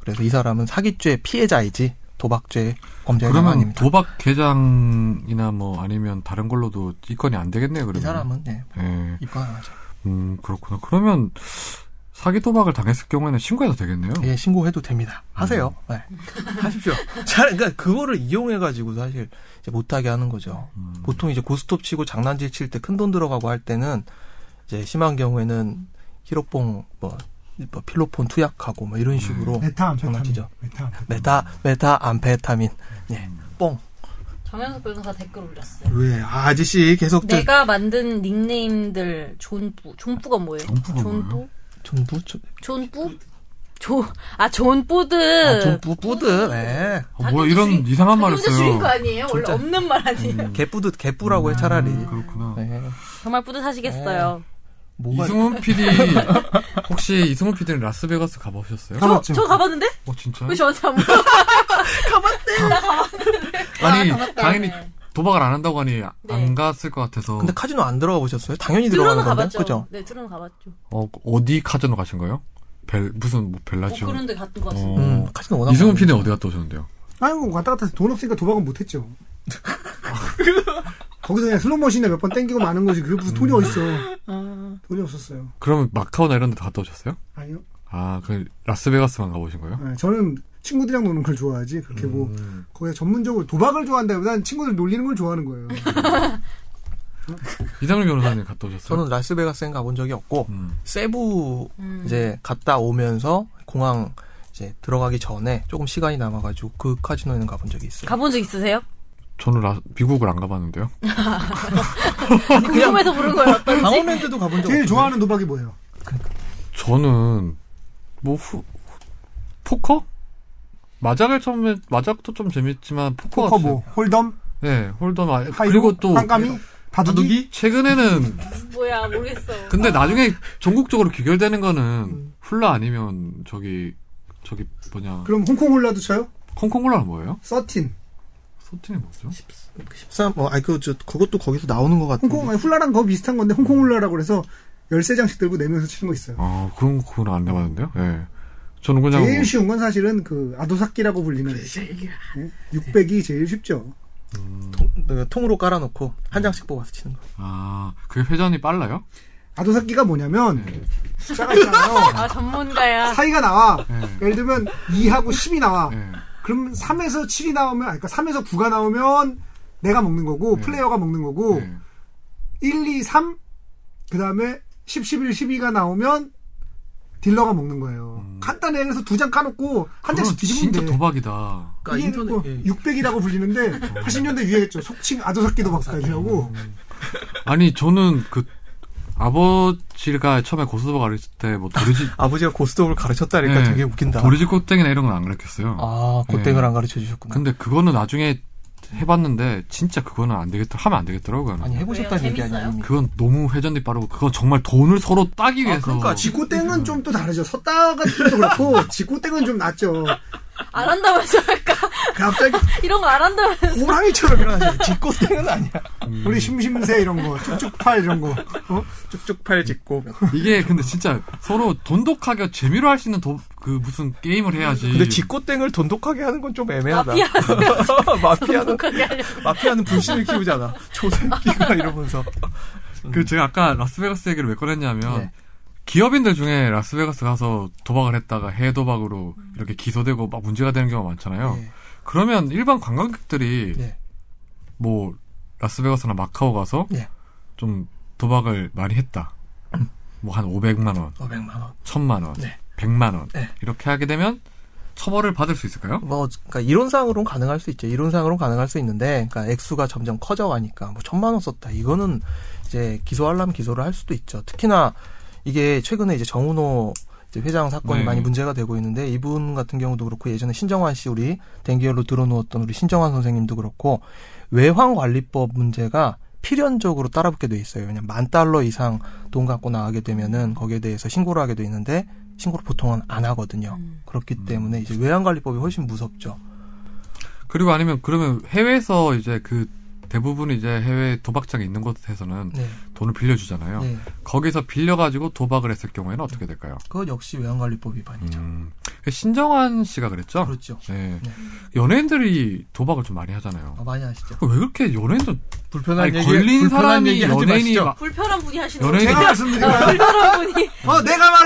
Speaker 2: 그래서 이 사람은 사기죄 피해자이지 도박죄 범죄자가
Speaker 1: 그러면
Speaker 2: 아닙니다.
Speaker 1: 도박 개장이나 뭐 아니면 다른 걸로도 입건이 안 되겠네요.
Speaker 2: 이
Speaker 1: 그러면.
Speaker 2: 사람은 네,
Speaker 1: 예.
Speaker 2: 입건 안 하죠.
Speaker 1: 음 그렇구나. 그러면 사기 도박을 당했을 경우에는 신고해도 되겠네요.
Speaker 2: 예, 신고해도 됩니다. 하세요.
Speaker 1: 음.
Speaker 2: 네. 하십시오. 잘, 그러니까 그거를 이용해가지고 사실 이제 못하게 하는 거죠.
Speaker 1: 음.
Speaker 2: 보통 이제 고스톱 치고 장난질 칠 때 큰 돈 들어가고 할 때는 이제 심한 경우에는 히로뽕, 뭐, 뭐 필로폰 투약하고 뭐 이런 식으로
Speaker 1: 음.
Speaker 4: 메타 암페타민.
Speaker 2: 장난치죠. 네.
Speaker 4: 메타 암페타민.
Speaker 2: 메타, 메타 암페타민. 예,
Speaker 1: 음.
Speaker 2: 뽕.
Speaker 3: 정현석 변호사 댓글 올렸어요.
Speaker 2: 왜, 아, 아저씨 계속 저,
Speaker 3: 내가 만든 닉네임들 존뿌. 존뿌가 뭐예요?
Speaker 1: 존뿌가
Speaker 3: 존뿌?
Speaker 2: 전부, 저,
Speaker 3: 존뿌? 조, 아, 존뿌드.
Speaker 2: 아, 전 뿌, 뿌듯, 예.
Speaker 1: 어, 뭐야 이런 이상한 말을
Speaker 3: 혼자 줄인 거
Speaker 1: 써요.
Speaker 3: 아니에요? 원래 없는 말 아니에요?
Speaker 1: 음.
Speaker 2: 개뿌듯, 개뿌라고 해, 차라리.
Speaker 1: 그렇구나.
Speaker 2: 예.
Speaker 3: 정말 뿌듯하시겠어요.
Speaker 2: 뭐가,
Speaker 1: 이승훈 PD 혹시 이승훈 PD는 라스베가스 가보셨어요?
Speaker 2: 아,
Speaker 3: 저,
Speaker 4: 가봤죠.
Speaker 3: 저 가봤는데?
Speaker 1: 어 진짜?
Speaker 3: 왜 저한테 안 물어?
Speaker 1: 아니 당연히 도박을 안 한다고 하니
Speaker 3: 네.
Speaker 1: 안 갔을 것 같아서
Speaker 2: 근데 카지노 안 들어가 보셨어요? 당연히 들어가는
Speaker 3: 들어는
Speaker 2: 건데.
Speaker 3: 가봤죠.
Speaker 2: 그죠?
Speaker 3: 네, 들어는 가봤죠.
Speaker 1: 어, 어디 카지노 가신 거예요? 벨 무슨 뭐 벨라지오?
Speaker 3: 그런데 갔던 것 같습니다.
Speaker 1: 어.
Speaker 2: 음, 카지노 워낙
Speaker 1: 이승훈
Speaker 2: 많으니까.
Speaker 1: PD는 어디 갔다 오셨는데요?
Speaker 4: 아이고 뭐 왔다 갔다 해서 돈 없으니까 도박은 못했죠. 아. 거기서 그냥 슬롯머신에 몇 번 땡기고 마는 거지. 그게 무슨
Speaker 2: 음.
Speaker 4: 돈이 어딨어. 돈이 없었어요.
Speaker 1: 그러면 마카오나 이런 데도 갔다 오셨어요?
Speaker 4: 아니요.
Speaker 1: 아, 그 라스베가스만 가보신 거예요?
Speaker 4: 네, 저는 친구들이랑 노는 걸 좋아하지. 그렇게 뭐
Speaker 2: 음.
Speaker 4: 거기서 전문적으로 도박을 좋아한다기보단 친구들 놀리는 걸 좋아하는 거예요.
Speaker 2: 음.
Speaker 1: 이상민 변호사님 갔다 오셨어요?
Speaker 2: 저는 라스베가스엔 가본 적이 없고
Speaker 1: 음.
Speaker 2: 세부
Speaker 3: 음.
Speaker 2: 이제 갔다 오면서 공항 이제 들어가기 전에 조금 시간이 남아가지고 그 카지노에는 가본 적이 있어요.
Speaker 3: 가본 적 있으세요?
Speaker 1: 저는 라, 미국을 안 가봤는데요.
Speaker 3: 궁금해서 부른 거예요. 어떤-
Speaker 2: 강원랜드도 가본 적
Speaker 4: 제일
Speaker 2: 없어요.
Speaker 4: 좋아하는 도박이 뭐예요?
Speaker 1: 저는 뭐 후, 포커? 마작을 처음에 마작도 좀 재밌지만 포커가
Speaker 4: 포커 뭐 홀덤,
Speaker 1: 네, 홀덤 아
Speaker 4: 하이로,
Speaker 1: 그리고 또
Speaker 4: 깜깜이, 바둑이.
Speaker 1: 최근에는
Speaker 3: 뭐야,
Speaker 1: 그-
Speaker 3: 모르겠어.
Speaker 1: 근데 나중에 전국적으로 귀결되는 거는 훌라 아니면 저기 저기 뭐냐
Speaker 4: 그럼 홍콩 홀라도 쳐요?
Speaker 1: 콩콩콜라는 뭐예요?
Speaker 4: 서틴.
Speaker 1: 소틴이 뭐죠?
Speaker 2: 13, 어, 아니, 그, 저, 그것도 거기서 나오는 것 같은데.
Speaker 4: 홍콩 아니, 훌라랑 거의 비슷한 건데 홍콩 훌라라고 그래서 13장씩 들고 내면서 치는 거 있어요.
Speaker 1: 아 그런 거는 안 해봤는데요. 예. 저는 그냥
Speaker 4: 제일
Speaker 1: 뭐-
Speaker 4: 쉬운 건 사실은 그 아도사키라고 불리는 600이 제일 쉽죠.
Speaker 2: 통, 그 통으로 깔아놓고 한 장씩 뽑아서 치는 거.
Speaker 1: 아 그게 회전이 빨라요?
Speaker 4: 아도사키가 뭐냐면
Speaker 1: 네.
Speaker 4: 숫자가 있잖아요.
Speaker 3: 아 전문가야.
Speaker 4: 사이가 나와.
Speaker 1: 네.
Speaker 4: 예를 들면 2하고 10이 나와.
Speaker 1: 예.
Speaker 4: 그럼 3에서 7이 나오면 아니, 그러니까 3에서 9가 나오면 내가 먹는 거고
Speaker 1: 네.
Speaker 4: 플레이어가 먹는 거고
Speaker 1: 예.
Speaker 4: 1, 2, 3, 그 다음에 10, 11, 12가 나오면 딜러가 먹는 거예요. 간단해. 그래서 두 장 까놓고 한
Speaker 1: 음. 그건
Speaker 4: 장씩 뒤집으면
Speaker 1: 진짜
Speaker 4: 돼.
Speaker 1: 도박이다.
Speaker 2: 그러니까 인터넷,
Speaker 4: 뭐
Speaker 2: 예.
Speaker 4: 600이라고 불리는데
Speaker 1: 어.
Speaker 4: 80년대 유행했죠. 속칭 아도사끼도 막까지 하고
Speaker 1: 음. 아니 저는 그 아버지가 처음에 고스톱 가르칠 때 뭐 도리지
Speaker 2: 아버지가 고스톱을 가르쳤다니까
Speaker 1: 예.
Speaker 2: 되게 웃긴다.
Speaker 1: 도리지 꽃땡이나 이런 건 안 가르쳤어요.
Speaker 2: 아, 고땡을
Speaker 1: 예.
Speaker 2: 안 가르쳐 주셨구나.
Speaker 1: 근데 그거는 나중에 해봤는데 진짜 그거는 안 되겠더 하면 안 되겠더라고요.
Speaker 2: 아니, 해보셨다는
Speaker 3: 왜요?
Speaker 2: 얘기 아니에요?
Speaker 3: 네, 재밌어요?
Speaker 1: 그건 너무 회전이 빠르고 그건 정말 돈을 서로 따기 위해서
Speaker 2: 그러니까 지-
Speaker 4: 지코땡은 좀 또 다르죠. 섰다가 좀 더 그렇고 지코땡은 좀 낫죠. 그
Speaker 3: 안 한다면서 할까?
Speaker 4: 갑자기
Speaker 3: 이런 거 안 한다면서.
Speaker 4: 호랑이처럼 일어나죠.
Speaker 2: 뒷고땡은 아니야.
Speaker 1: 음.
Speaker 4: 우리 심심새 이런 거, 쭉쭉팔 이런 거. 어?
Speaker 2: 쭉쭉 팔 짚고.
Speaker 1: 이게 근데 진짜 서로 돈독하게 재미로 할 수 있는 도, 그 무슨 게임을 해야지.
Speaker 2: 근데 뒷고땡을 돈독하게 하는 건 좀 애매하다.
Speaker 3: 마피아
Speaker 2: 마피아는,
Speaker 3: 독하게 하려고.
Speaker 2: 마피아는 불신을 키우잖아. 조새끼가 이러면서.
Speaker 1: 그 제가 아까 라스베가스 얘기를 왜 꺼냈냐면
Speaker 2: 네.
Speaker 1: 기업인들 중에 라스베가스 가서 도박을 했다가 해외 도박으로 이렇게 기소되고 막 문제가 되는 경우가 많잖아요.
Speaker 2: 네.
Speaker 1: 그러면 일반 관광객들이
Speaker 2: 네.
Speaker 1: 뭐 라스베가스나 마카오 가서
Speaker 2: 네.
Speaker 1: 좀 도박을 많이 했다. 뭐 한 500만 원,
Speaker 2: 500만원.
Speaker 1: 1000만 원,
Speaker 2: 네.
Speaker 1: 100만 원
Speaker 2: 네.
Speaker 1: 이렇게 하게 되면 처벌을 받을 수 있을까요?
Speaker 2: 뭐, 그러니까 이론상으로는 가능할 수 있죠. 이론상으로는 가능할 수 있는데, 그러니까 액수가 점점 커져가니까 뭐 천만 원 썼다. 이거는 이제 기소하려면 기소를 할 수도 있죠. 특히나 이게 최근에 이제 정은호 이제 회장 사건이
Speaker 1: 네.
Speaker 2: 많이 문제가 되고 있는데 이분 같은 경우도 그렇고 예전에 신정환 씨 우리 댕기열로 들어놓았던 우리 신정환 선생님도 그렇고 외환관리법 문제가 필연적으로 따라붙게 돼 있어요. 왜냐면 만 달러 이상 돈 갖고 나가게 되면은 거기에 대해서 신고를 하게 돼 있는데 신고를 보통은 안 하거든요. 그렇기 때문에 이제 외환관리법이 훨씬 무섭죠.
Speaker 1: 그리고 아니면 그러면 해외에서 이제 그 대부분 이제 해외 도박장이 있는 곳에서는
Speaker 2: 네.
Speaker 1: 돈을 빌려주잖아요.
Speaker 2: 네.
Speaker 1: 거기서 빌려가지고 도박을 했을 경우에는 어떻게 될까요?
Speaker 2: 그것 역시 외환관리법 위반이죠.
Speaker 1: 음, 신정환 씨가 그랬죠.
Speaker 2: 그렇죠.
Speaker 1: 네.
Speaker 2: 네.
Speaker 1: 연예인들이 도박을 좀 많이 하잖아요.
Speaker 2: 어, 많이 아시죠?
Speaker 1: 왜 그렇게 연예인들
Speaker 2: 불편한
Speaker 1: 아니,
Speaker 2: 얘기
Speaker 1: 걸린
Speaker 2: 불편한
Speaker 1: 사람이
Speaker 2: 얘기 하지
Speaker 1: 연예인이
Speaker 2: 마시죠.
Speaker 1: 막-
Speaker 3: 불편한 분이 하시는
Speaker 1: 연예인-
Speaker 3: 거예요.
Speaker 4: 제가 말씀드릴까요?
Speaker 3: 불편한 분이
Speaker 4: 어, 내가
Speaker 1: 네.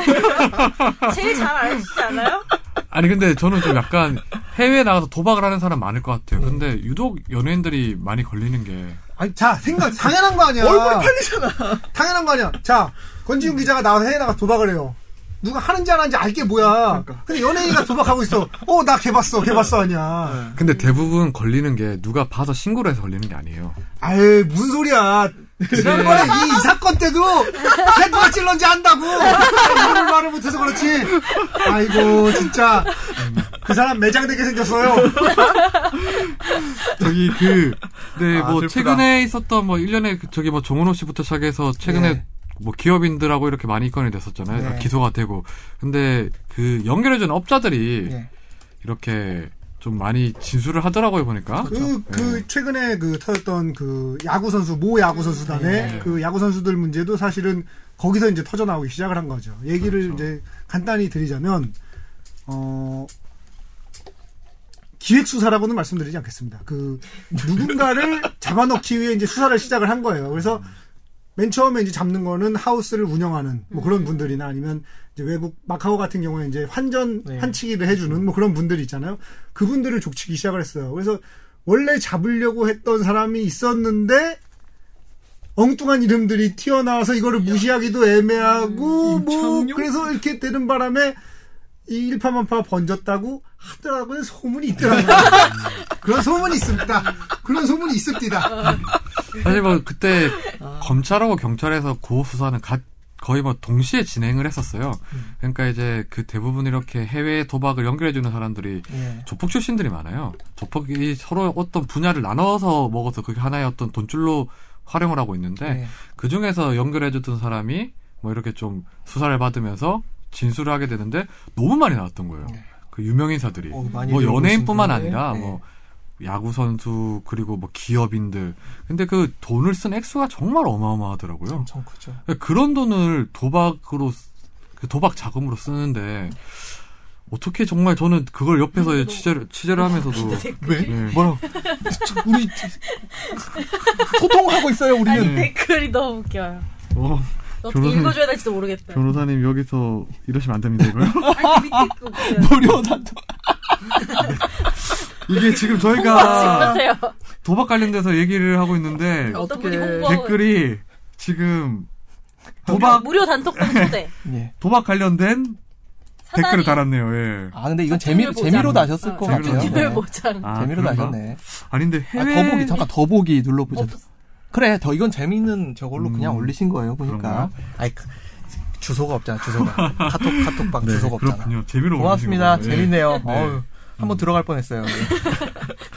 Speaker 4: 말해볼까?
Speaker 3: 제일 잘 아시지 않아요?
Speaker 1: 아니 근데 저는 좀 약간 해외 나가서 도박을 하는 사람 많을 것
Speaker 2: 네.
Speaker 1: 같아요. 근데 유독 연예인들이 많이 걸리는 게
Speaker 4: 자, 생각, 당연한 거 아니야.
Speaker 2: 얼굴이 팔리잖아.
Speaker 4: 당연한 거 아니야. 자, 권지훈 기자가 나와서 해외 나가 도박을 해요. 누가 하는지 안 하는지 알게 뭐야.
Speaker 2: 그러니까.
Speaker 4: 근데 연예인이가 도박하고 있어. 어, 나 걔 봤어, 걔 봤어
Speaker 2: 네.
Speaker 4: 아니야.
Speaker 1: 근데 대부분 걸리는 게 누가 봐서 신고를 해서 걸리는 게 아니에요.
Speaker 4: 아유, 무슨 소리야. 지난번에 이,
Speaker 2: 네.
Speaker 4: 이 사건 때도 걔 누가 찔렀는지 안다고. 이걸 말을 못해서 그렇지. 아이고, 진짜. 그 사람 매장되게 생겼어요.
Speaker 1: 저기 그, 네,
Speaker 2: 아,
Speaker 1: 뭐,
Speaker 2: 슬프다.
Speaker 1: 최근에 있었던 뭐, 1년에 저기 뭐, 정은호 씨부터 시작해서 최근에
Speaker 2: 네.
Speaker 1: 뭐, 기업인들하고 이렇게 많이 입건이 됐었잖아요. 다
Speaker 4: 네.
Speaker 1: 기소가 되고. 근데 그, 연결해준 업자들이
Speaker 2: 네.
Speaker 1: 이렇게 좀 많이 진술을 하더라고요, 보니까.
Speaker 4: 그, 그,
Speaker 1: 예.
Speaker 4: 최근에 그 터졌던 그 야구 선수, 모 야구 선수단의
Speaker 1: 예.
Speaker 4: 그 야구 선수들 문제도 사실은 거기서 이제 터져나오기 시작을 한 거죠. 얘기를
Speaker 1: 그렇죠.
Speaker 4: 이제 간단히 드리자면, 어, 기획수사라고는 말씀드리지 않겠습니다. 그, 누군가를 잡아넣기 위해 이제 수사를 시작을 한 거예요.
Speaker 1: 음.
Speaker 4: 그래서 맨 처음에 이제 잡는 거는 하우스를 운영하는 뭐
Speaker 1: 음.
Speaker 4: 그런 분들이나 아니면 이제 외국 마카오 같은 경우에 이제 환전
Speaker 2: 네.
Speaker 4: 한치기를 해주는 뭐 그런 분들이 있잖아요. 그분들을 족치기 시작을 했어요. 그래서 원래 잡으려고 했던 사람이 있었는데 엉뚱한 이름들이 튀어나와서 이거를 무시하기도 애매하고 뭐
Speaker 2: 임창용?
Speaker 4: 그래서 이렇게 되는 바람에 이 일파만파 번졌다고 하더라고요. 소문이 있더라고요. 그런 소문이 있습니다. 그런 소문이 있습니다.
Speaker 1: 사실 뭐, 그때
Speaker 2: 아.
Speaker 1: 검찰하고 경찰에서 고수사는 갓, 거의 뭐 동시에 진행을 했었어요.
Speaker 2: 음.
Speaker 1: 그러니까 이제 그 대부분 이렇게 해외 도박을 연결해주는 사람들이
Speaker 2: 예.
Speaker 1: 조폭 출신들이 많아요. 조폭이 서로 어떤 분야를 나눠서 먹어서 그게 하나의 어떤 돈줄로 활용을 하고 있는데
Speaker 2: 예.
Speaker 1: 그 중에서 연결해줬던 사람이 뭐 이렇게 좀 수사를 받으면서 진술을 하게 되는데 너무 많이 나왔던 거예요.
Speaker 2: 네.
Speaker 1: 그 유명인사들이
Speaker 2: 어, 많이
Speaker 1: 뭐
Speaker 2: 배우고
Speaker 1: 연예인뿐만
Speaker 2: 있었는데.
Speaker 1: 아니라
Speaker 2: 네.
Speaker 1: 뭐 야구 선수 그리고 뭐 기업인들 근데 그 돈을 쓴 액수가 정말 어마어마하더라고요.
Speaker 2: 엄청 크죠.
Speaker 1: 그러니까 그런 돈을 도박으로 쓰- 그 도박 자금으로 쓰는데 어떻게 정말 저는 그걸
Speaker 3: 음,
Speaker 1: 옆에서 취재를 취재를 하면서도
Speaker 2: 왜?
Speaker 1: 네.
Speaker 2: 뭐라? 우리 소통하고 있어요.
Speaker 3: 아니
Speaker 1: 음.
Speaker 2: 우리는.
Speaker 3: 댓글이 너무 웃겨요.
Speaker 1: 어,
Speaker 3: 어떻게
Speaker 1: 변호사님-
Speaker 3: 읽어줘야 될지도 모르겠다.
Speaker 1: 변호사님 여기서 이러시면 안 됩니다 이거요.
Speaker 3: 아니 그 밑에 웃겨요.
Speaker 2: 무료단도.
Speaker 1: 이게 지금
Speaker 3: 홍보
Speaker 1: 저희가
Speaker 3: 어, 지금 하세요.
Speaker 1: 도박 관련돼서 얘기를 하고 있는데
Speaker 3: 어떤
Speaker 2: 어떻게
Speaker 3: 분이 홍보하고
Speaker 1: 댓글이 지금
Speaker 3: 무료,
Speaker 1: 도박
Speaker 3: 무료 단톡방 초대.
Speaker 2: 예.
Speaker 1: 도박 관련된
Speaker 3: 사다리.
Speaker 1: 댓글을 달았네요. 예.
Speaker 2: 아 근데 이건 재미
Speaker 3: 보자.
Speaker 2: 재미로 다셨을 것
Speaker 1: 재미로
Speaker 2: 같아요.
Speaker 1: 다셨-
Speaker 3: 진열
Speaker 2: 네.
Speaker 3: 보장.
Speaker 1: 아,
Speaker 2: 재미로
Speaker 1: 그런가?
Speaker 2: 다셨네.
Speaker 1: 아닌데
Speaker 2: 아,
Speaker 1: 해외
Speaker 2: 더보기 잠깐 더보기 눌러보자.
Speaker 3: 없-
Speaker 2: 그래, 더 이건 재미있는 저걸로
Speaker 1: 음,
Speaker 2: 그냥 올리신 거예요, 보니까.
Speaker 1: 그런가요?
Speaker 2: 아이 그, 주소가 없잖아, 주소가. 카톡 카톡방
Speaker 1: 네,
Speaker 2: 주소가 없잖아.
Speaker 1: 그렇군요. 재미로
Speaker 2: 고맙습니다.
Speaker 1: 보시는 거군요.
Speaker 2: 재밌네요.
Speaker 1: 네.
Speaker 2: 어우, 한번 들어갈 뻔했어요.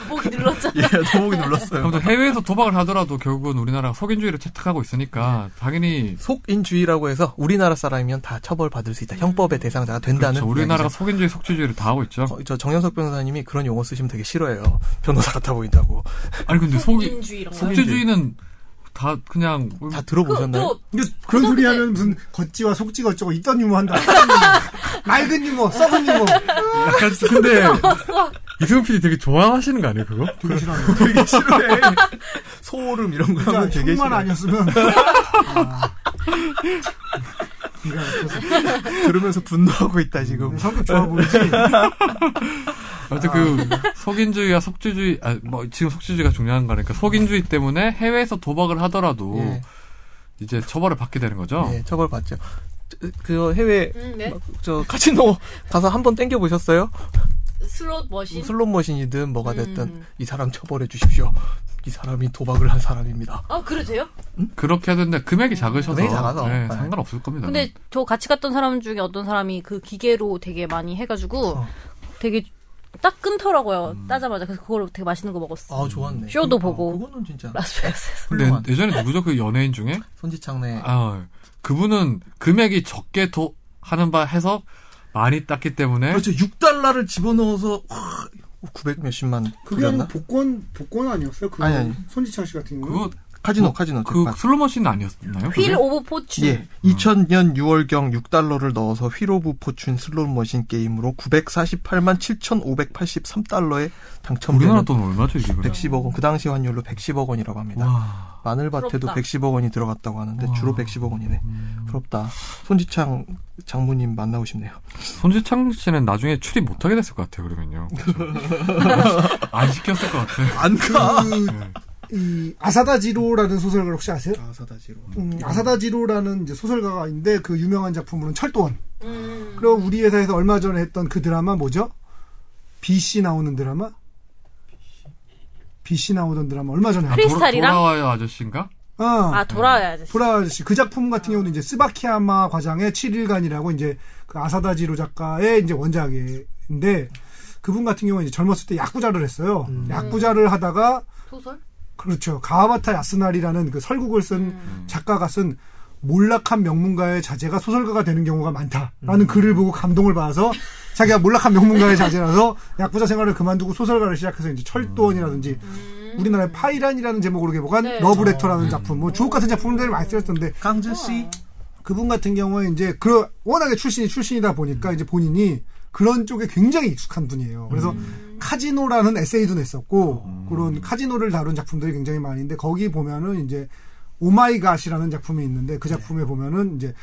Speaker 3: 보기 눌렀잖아.
Speaker 2: 예, 더보기
Speaker 1: 예.
Speaker 2: 눌렀어요.
Speaker 1: 아무튼 해외에서 도박을 하더라도 결국은 우리나라가 속인주의를 채택하고 있으니까
Speaker 2: 네.
Speaker 1: 당연히
Speaker 2: 속인주의라고 해서 우리나라 사람이면 다 처벌받을 수 있다. 형법의 대상자가 된다는.
Speaker 1: 그렇죠. 우리나라가
Speaker 2: 이야기죠.
Speaker 1: 속인주의 속주주의를 다 하고 있죠.
Speaker 2: 어, 저 정현석 변호사님이 그런 용어 쓰시면 되게 싫어해요. 변호사 같아 보인다고.
Speaker 1: 아니 근데 속이
Speaker 3: 인주의 이런 거.
Speaker 2: 속-
Speaker 1: 속주주의는 다 그냥
Speaker 2: 다
Speaker 3: 그,
Speaker 2: 들어보셨나요?
Speaker 3: 또
Speaker 4: 이거 그런 소리 하면 무슨 걷지와 속지가 어쩌고 있던 유머 한다. 낡은 유머, 썩은 유머.
Speaker 1: 약간 근데 이승훈 PD 되게 좋아하시는 거 아니에요 그거?
Speaker 4: 되게 싫어.
Speaker 2: 되게 싫어해. 소름 이런 거 하면
Speaker 4: 그러니까
Speaker 2: 되게
Speaker 4: 형만
Speaker 2: 싫어.
Speaker 4: 아니었으면.
Speaker 2: 들으면서 분노하고 있다 지금.
Speaker 4: 네, 성격 좋아 보이지?
Speaker 1: 아무튼 그 속인주의와 속주주의 아 뭐 지금 속주주의가 중요한 거니까 속인주의 때문에 해외에서 도박을 하더라도
Speaker 2: 예,
Speaker 1: 이제 처벌을 받게 되는
Speaker 3: 어.
Speaker 1: 거죠.
Speaker 2: 예, 처벌받죠. 저, 그 해외
Speaker 3: 음, 네.
Speaker 2: 막, 저 카지노 가서 한 번 땡겨 보셨어요?
Speaker 3: 슬롯 머신.
Speaker 2: 슬롯 머신이든 뭐가 됐든
Speaker 3: 음.
Speaker 2: 이 사람 처벌해 주십시오. 이 사람이 도박을 한 사람입니다.
Speaker 3: 아, 그래도 돼요?
Speaker 1: 그렇게 하던데 금액이 작으셔서
Speaker 2: 금액이 작아서.
Speaker 1: 예,
Speaker 2: 네.
Speaker 1: 상관없을 겁니다.
Speaker 3: 근데 저 같이 갔던 사람 중에 어떤 사람이 그 기계로 되게 많이 해가지고
Speaker 2: 어.
Speaker 3: 되게 딱 끊더라고요.
Speaker 2: 음.
Speaker 3: 따자마자. 그래서 그걸 되게 맛있는 거 먹었어.
Speaker 2: 아 좋았네.
Speaker 3: 쇼도
Speaker 2: 아,
Speaker 3: 보고. 네.
Speaker 2: 그거는 진짜
Speaker 3: 라스베가스에서.
Speaker 1: 근데
Speaker 2: 훌륭한
Speaker 1: 예전에 누구죠 그 연예인 중에
Speaker 2: 손지창네.
Speaker 1: 아 그분은 금액이 적게 도 하는 바 해서 많이 땄기 때문에
Speaker 2: 그렇죠. 6달러를 집어넣어서 900 몇십만
Speaker 4: 그게
Speaker 2: 그였나?
Speaker 3: 뭐
Speaker 4: 복권, 복권 아니었어요? 그거
Speaker 2: 아니, 아니.
Speaker 4: 손지창 씨 같은 경우.
Speaker 1: 그거
Speaker 4: 는
Speaker 2: 카지노 카지노
Speaker 1: 그
Speaker 2: 재판.
Speaker 1: 슬로머신 아니었나요? 그게?
Speaker 3: 휠 오브 포춘.
Speaker 1: 네. 음.
Speaker 2: 예, 2000년 6월경 6달러를 넣어서 휘로브 포춘 슬롯 머신 게임으로 948만 7,583달러에
Speaker 1: 우리나라
Speaker 2: 당첨되는
Speaker 1: 돈 얼마죠 이게? 그럼?
Speaker 2: 110억 원, 그 당시 환율로 110억 원이라고 합니다.
Speaker 1: 와.
Speaker 2: 마늘밭에도
Speaker 3: 부럽다.
Speaker 2: 110억 원이 들어갔다고 하는데
Speaker 1: 와.
Speaker 2: 주로 110억 원이네.
Speaker 1: 음.
Speaker 2: 부럽다. 손지창 장모님 만나고 싶네요.
Speaker 1: 손지창 씨는 나중에 출입 못하게 됐을 것 같아요, 그러면요. 그렇죠? 안 시켰을 것 같아요.
Speaker 2: 안 가.
Speaker 4: 그, 이, 아사다지로라는 소설가를 혹시 아세요?
Speaker 2: 아사다지로.
Speaker 4: 음, 아사다지로라는 이제 소설가가인데 그 유명한 작품으로는 철도원.
Speaker 3: 음.
Speaker 4: 그리고 우리 회사에서 얼마 전에 했던 그 드라마 뭐죠? BC 나오는 드라마? BC 나오던 드라마 얼마 전에
Speaker 1: 아,
Speaker 4: 한.
Speaker 3: 크리- 크리스탈이랑?
Speaker 1: 돌아, 와요 아저씨인가?
Speaker 4: 어,
Speaker 3: 아, 돌아와야 아저씨.
Speaker 4: 보라 아저씨 그 작품 같은 경우는 이제 스바키야마 과장의 7일간이라고 이제 그 아사다지로 작가의 이제 원작인데 그분 같은 경우는 이제 젊었을 때 야쿠자를 했어요. 야쿠자를 하다가
Speaker 3: 소설?
Speaker 4: 그렇죠. 가와바타 야스나리라는 그 설국을 쓴 작가가 쓴 몰락한 명문가의 자제가 소설가가 되는 경우가 많다라는 글을 보고 감동을 받아서 자기가 몰락한 명문가의 자제라서 야쿠자 생활을 그만두고 소설가를 시작해서 이제 철도원이라든지 우리나라의 파이란이라는 제목으로 개봉한
Speaker 3: 네.
Speaker 4: 러브레터라는 작품 뭐 주옥 같은 작품들 많이 쓰였던데
Speaker 2: 강준 씨.
Speaker 4: 그분 같은 경우에 이제 그 워낙에 출신이 출신이다 보니까 이제 본인이 그런 쪽에 굉장히 익숙한 분이에요. 그래서 카지노라는 에세이도 냈었고 그런 카지노를 다룬 작품들이 굉장히 많은데 거기 보면은 이제 오마이갓이라는 작품이 있는데 그 작품에 보면은 이제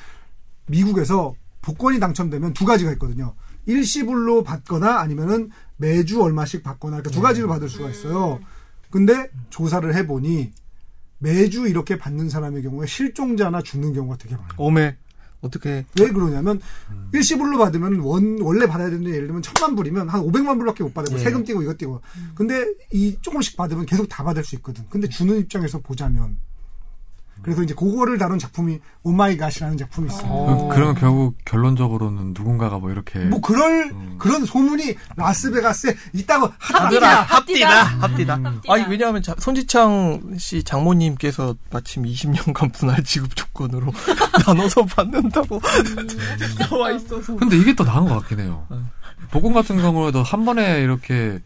Speaker 4: 미국에서 복권이 당첨되면 두 가지가 있거든요. 일시불로 받거나 아니면은 매주 얼마씩 받거나 이렇게 두 가지를 받을 수가 있어요. 근데 조사를 해보니 매주 이렇게 받는 사람의 경우에 실종자나 죽는 경우가 되게 많아요.
Speaker 2: 오메. 어떻게
Speaker 4: 왜 그러냐면 일시불로 받으면 원 원래 받아야 되는데 예를 들면 천만 불이면 한 500만 불밖에 못 받아요. 뭐
Speaker 2: 예.
Speaker 4: 세금 떼고 이것 떼고. 근데 이 조금씩 받으면 계속 다 받을 수 있거든. 근데 주는 입장에서 보자면 그래서 이제 그거를 다룬 작품이 오마이갓이라는 작품이 있어요.
Speaker 1: 그- 그러면 결국 결론적으로는 누군가가 뭐 이렇게
Speaker 4: 뭐 그럴 그런 소문이 라스베가스에 있다고
Speaker 3: 합디다,
Speaker 4: 하더라.
Speaker 3: 합디다.
Speaker 2: 합디다.
Speaker 3: 합디다.
Speaker 2: 음. 아니 왜냐하면 자- 손지창 씨 장모님께서 마침 20년간 분할 지급 조건으로 나눠서 받는다고 음. 나와 있어서.
Speaker 1: 근데 이게 또 나은 것 같긴 해요.
Speaker 2: 응.
Speaker 1: 복권 같은 경우에도 한 번에 이렇게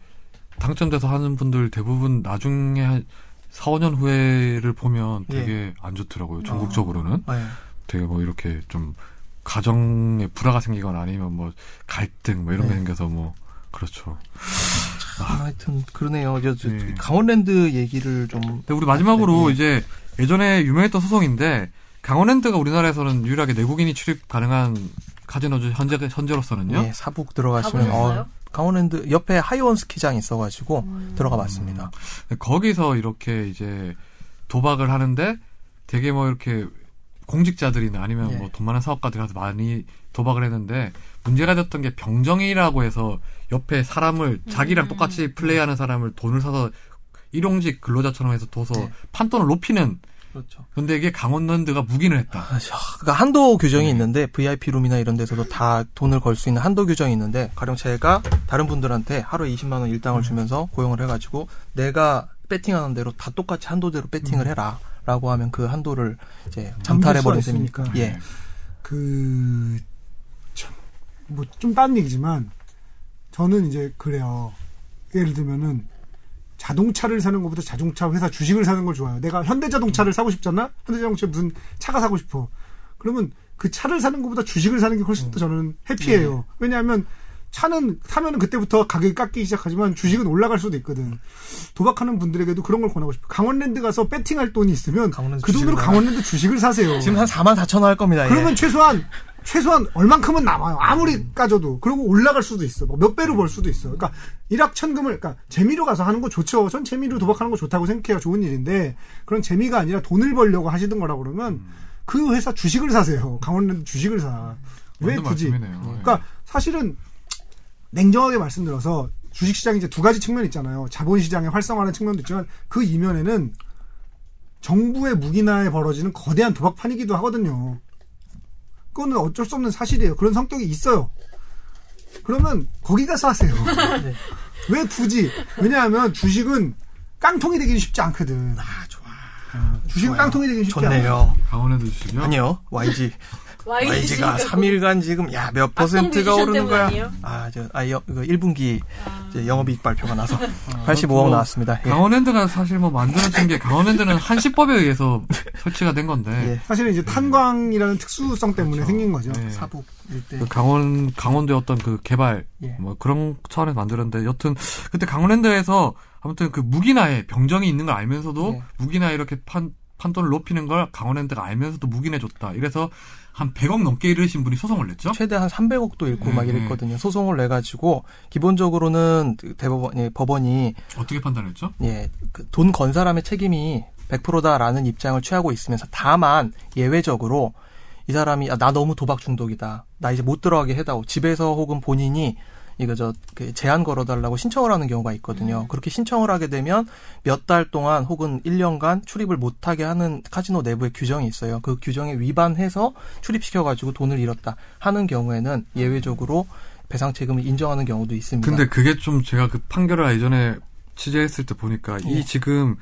Speaker 1: 당첨돼서 하는 분들 대부분 나중에 한 4, 5년 후에를
Speaker 2: 예.
Speaker 1: 보면 되게 안 좋더라고요. 전국적으로는.
Speaker 2: 네.
Speaker 1: 되게 뭐 이렇게 좀 가정에 불화가 생기거나 아니면 뭐 갈등 뭐 이런 게
Speaker 2: 네.
Speaker 1: 생겨서 뭐 그렇죠.
Speaker 2: 아, 하여튼 그러네요. 저, 저,
Speaker 1: 네.
Speaker 2: 강원랜드 얘기를 좀
Speaker 1: 근데 우리 마지막으로
Speaker 2: 네.
Speaker 1: 이제 예전에 유명했던 소송인데 강원랜드가 우리나라에서는 유일하게 내국인이 출입 가능한 카지노 중 현재 현재로서는요.
Speaker 2: 예, 사북 들어가시면
Speaker 3: 가보셨어요?
Speaker 2: 강원랜드 옆에 하이원 스키장 있어가지고 들어가 봤습니다.
Speaker 1: 근데 거기서 이렇게 이제 도박을 하는데 되게 뭐 이렇게 공직자들이나 아니면
Speaker 2: 예.
Speaker 1: 뭐 돈 많은 사업가들이 가서 많이 도박을 했는데 문제가 됐던 게 병정이라고 해서 옆에 사람을
Speaker 2: 음.
Speaker 1: 자기랑 똑같이 플레이하는 사람을 돈을 사서 일용직 근로자처럼 해서 둬서
Speaker 2: 네.
Speaker 1: 판돈을 높이는
Speaker 2: 그렇죠.
Speaker 1: 근데 이게 강원랜드가 묵인을 했다.
Speaker 2: 아, 저, 그러니까 한도 규정이 있는데 VIP 룸이나 이런 데서도 다 돈을 걸 수 있는 한도 규정이 있는데 가령 제가 다른 분들한테 하루에 20만 원 일당을 주면서 고용을 해가지고 내가 배팅하는 대로 다 똑같이 한도대로 배팅을 해라라고 하면 그 한도를 이제
Speaker 4: 잠길 수가
Speaker 2: 장탈해버린 셈이니까.
Speaker 4: 있으니까.
Speaker 2: 예.
Speaker 4: 그, 참, 뭐, 좀 딴 얘기지만, 저는 이제 그래요. 예를 들면은, 자동차를 사는 것보다 자동차 회사 주식을 사는 걸 좋아해요. 내가 현대자동차를 사고 싶잖아? 현대자동차에 무슨 차가 사고 싶어. 그러면 그 차를 사는 것보다 주식을 사는 게 훨씬
Speaker 2: 음.
Speaker 4: 더 저는
Speaker 2: 네.
Speaker 4: 해피해요. 왜냐하면, 차는 사면은 그때부터 가격이 깎이기 시작하지만 주식은 올라갈 수도 있거든. 도박하는 분들에게도 그런 걸 권하고 싶어요. 강원랜드 가서 배팅할 돈이 있으면
Speaker 2: 강원랜드
Speaker 4: 그 돈으로
Speaker 2: 주식을 사라.
Speaker 4: 강원랜드 주식을 사세요.
Speaker 2: 지금 한 4만 4천 원 할 겁니다. 예.
Speaker 4: 그러면 최소한 최소한 얼만큼은 남아요. 아무리 까져도 그리고 올라갈 수도 있어. 뭐몇 배로 벌 수도 있어. 그러니까 일확천금을 그러니까 재미로 가서 하는 거 좋죠. 전 재미로 도박하는 거 좋다고 생각해요. 좋은 일인데 그런 재미가 아니라 돈을 벌려고 하시던 거라 그러면 그 회사 주식을 사세요. 강원랜드 주식을 사. 왜
Speaker 1: 맞는
Speaker 4: 굳이?
Speaker 1: 말씀이네요. 예.
Speaker 4: 그러니까 사실은 냉정하게 말씀드려서 주식시장이 이제 두 가지 측면이 있잖아요. 자본시장의 활성화하는 측면도 있지만 그 이면에는 정부의 무기나에 벌어지는 거대한 도박판이기도 하거든요. 그거는 어쩔 수 없는 사실이에요. 그런 성격이 있어요. 그러면 거기 가서 하세요. 왜 굳이? 왜냐하면 주식은 깡통이 되기 쉽지 않거든.
Speaker 2: 아, 좋아.
Speaker 4: 주식은 깡통이 되기 쉽지 않아요.
Speaker 2: 좋네요.
Speaker 1: 강원랜드 주식이요?
Speaker 2: 아니요, YG. YG가 3일간 지금 야 몇 퍼센트가
Speaker 3: 뮤지션
Speaker 2: 오르는
Speaker 3: 때문
Speaker 2: 거야.
Speaker 3: 아니에요?
Speaker 2: 아, 저, 아, 여, 그 1분기 영업이익 발표가 나서 85억 나왔습니다. 예.
Speaker 1: 강원랜드가 사실 뭐 만들어진 게 강원랜드는 한시법에 의해서 설치가 된
Speaker 2: 예.
Speaker 1: 건데
Speaker 4: 사실은 이제 탄광이라는 특수성 때문에 생긴 거죠.
Speaker 1: 네.
Speaker 2: 사북 일대.
Speaker 1: 그 강원 강원도의 어떤 그 개발
Speaker 2: 예.
Speaker 1: 뭐 그런 차원에서 만들었는데 여튼 그때 강원랜드에서 아무튼 그 무기나에 병정이 있는 걸 알면서도
Speaker 2: 예.
Speaker 1: 무기나 이렇게 판 판돈을 높이는 걸 강원랜드가 알면서도 무기내 줬다. 이래서 한 100억 넘게 잃으신 분이 소송을 냈죠.
Speaker 2: 최대 한 300억도 잃고 막
Speaker 1: 그렇죠? 음,
Speaker 2: 이랬거든요. 소송을 내 가지고 기본적으로는 대법원 예, 법원이
Speaker 1: 어떻게 판단했죠?
Speaker 2: 예, 돈 건 사람의 책임이 100%다라는 입장을 취하고 있으면서 다만 예외적으로 이 사람이 아, 나 너무 도박 중독이다. 나 이제 못 들어가게 해다오. 집에서 혹은 본인이 이거 저그 제한 걸어달라고 신청을 하는 경우가 있거든요.
Speaker 1: 음.
Speaker 2: 그렇게 신청을 하게 되면 몇 달 동안 혹은 1년간 출입을 못하게 하는 카지노 내부의 규정이 있어요. 그 규정에 위반해서 출입시켜가지고 돈을 잃었다 하는 경우에는 예외적으로 배상 책임을 인정하는 경우도 있습니다.
Speaker 1: 근데 그게 좀 제가 그 판결을 예전에 취재했을 때 보니까
Speaker 2: 예.
Speaker 1: 이 지금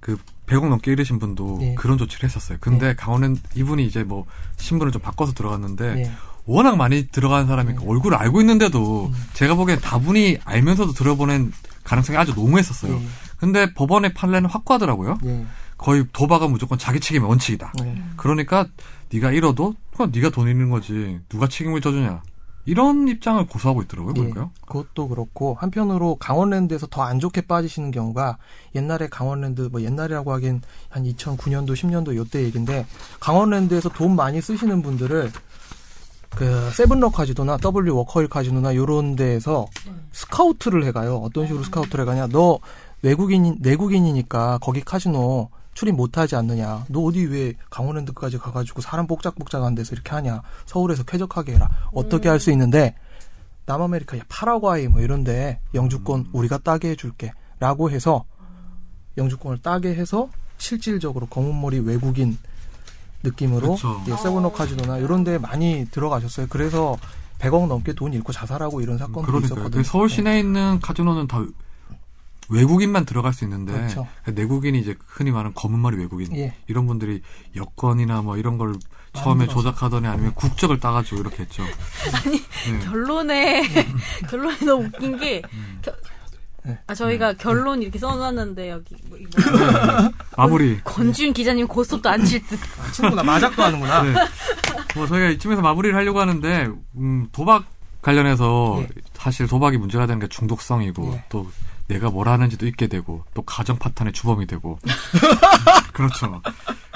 Speaker 1: 그 100억 넘게 잃으신 분도
Speaker 2: 예.
Speaker 1: 그런 조치를 했었어요. 근데 강원랜드 이분이 이제 뭐 신분을 좀 바꿔서 들어갔는데
Speaker 2: 예.
Speaker 1: 워낙 많이 들어간 사람이니까 얼굴을 알고 있는데도 제가 보기엔 다분히 알면서도 들어보낸 가능성이 아주 너무했었어요.
Speaker 2: 예.
Speaker 1: 근데 법원의 판례는 확고하더라고요.
Speaker 2: 예.
Speaker 1: 거의 도박은 무조건 자기 책임의 원칙이다.
Speaker 2: 예.
Speaker 1: 그러니까 네가 잃어도 그건 네가 돈 잃는 거지. 누가 책임을 져주냐. 이런 입장을 고수하고 있더라고요.
Speaker 2: 예,
Speaker 1: 보니까요.
Speaker 2: 그것도 그렇고 한편으로 강원랜드에서 더 안 좋게 빠지시는 경우가 옛날에 강원랜드 뭐 옛날이라고 하긴 한 2009년도 10년도 요때 얘긴데 강원랜드에서 돈 많이 쓰시는 분들을 그 세븐럭 카지노나 W 워커힐 카지노나 요런 데에서 스카우트를 해가요. 어떤 식으로 스카우트를 해가냐? 너 외국인 내국인이니까 거기 카지노 출입 못하지 않느냐? 너 어디 왜 강원랜드까지 가가지고 사람 복작복작한 데서 이렇게 하냐? 서울에서 쾌적하게 해라. 어떻게
Speaker 1: 음.
Speaker 2: 할 수 있는데 남아메리카, 야, 파라과이 뭐
Speaker 1: 음.
Speaker 2: 이런데 영주권 우리가 따게 해줄게. 라고 해서 영주권을 따게 해서 실질적으로 검은머리 외국인 느낌으로
Speaker 1: 그쵸.
Speaker 2: 예, 세븐업 카지노나 이런 데 많이 들어가셨어요. 그래서 100억 넘게 돈 잃고 자살하고 이런 사건도
Speaker 1: 그러니까 그
Speaker 2: 있었거든요.
Speaker 1: 서울
Speaker 2: 네.
Speaker 1: 시내에 있는 카지노는 다 외국인만 들어갈 수 있는데 그러니까
Speaker 2: 그렇죠.
Speaker 1: 내국인이 이제 흔히 말하는 검은 머리 외국인
Speaker 2: 예.
Speaker 1: 이런 분들이 여권이나 뭐 이런 걸 처음에
Speaker 2: 들어왔어요.
Speaker 1: 조작하더니 아니면 국적을 따가지고 이렇게 했죠.
Speaker 3: 결론에 결론이 너무 웃긴 게 겨-
Speaker 2: 음. 네.
Speaker 3: 아, 저희가 결론 이렇게 써놨는데 여기 뭐, 이거
Speaker 1: 마무리.
Speaker 3: 권지윤 기자님 고스톱도 안 칠 듯.
Speaker 2: 아, 친구나 마작도 하는구나.
Speaker 1: 네. 뭐 저희가 이쯤에서 마무리를 하려고 하는데 음, 도박 관련해서
Speaker 2: 예.
Speaker 1: 사실 도박이 문제가 되는 게 중독성이고
Speaker 2: 예.
Speaker 1: 또 내가 뭘 하는지도 있게 되고 또 가정 파탄의 주범이 되고 그렇죠.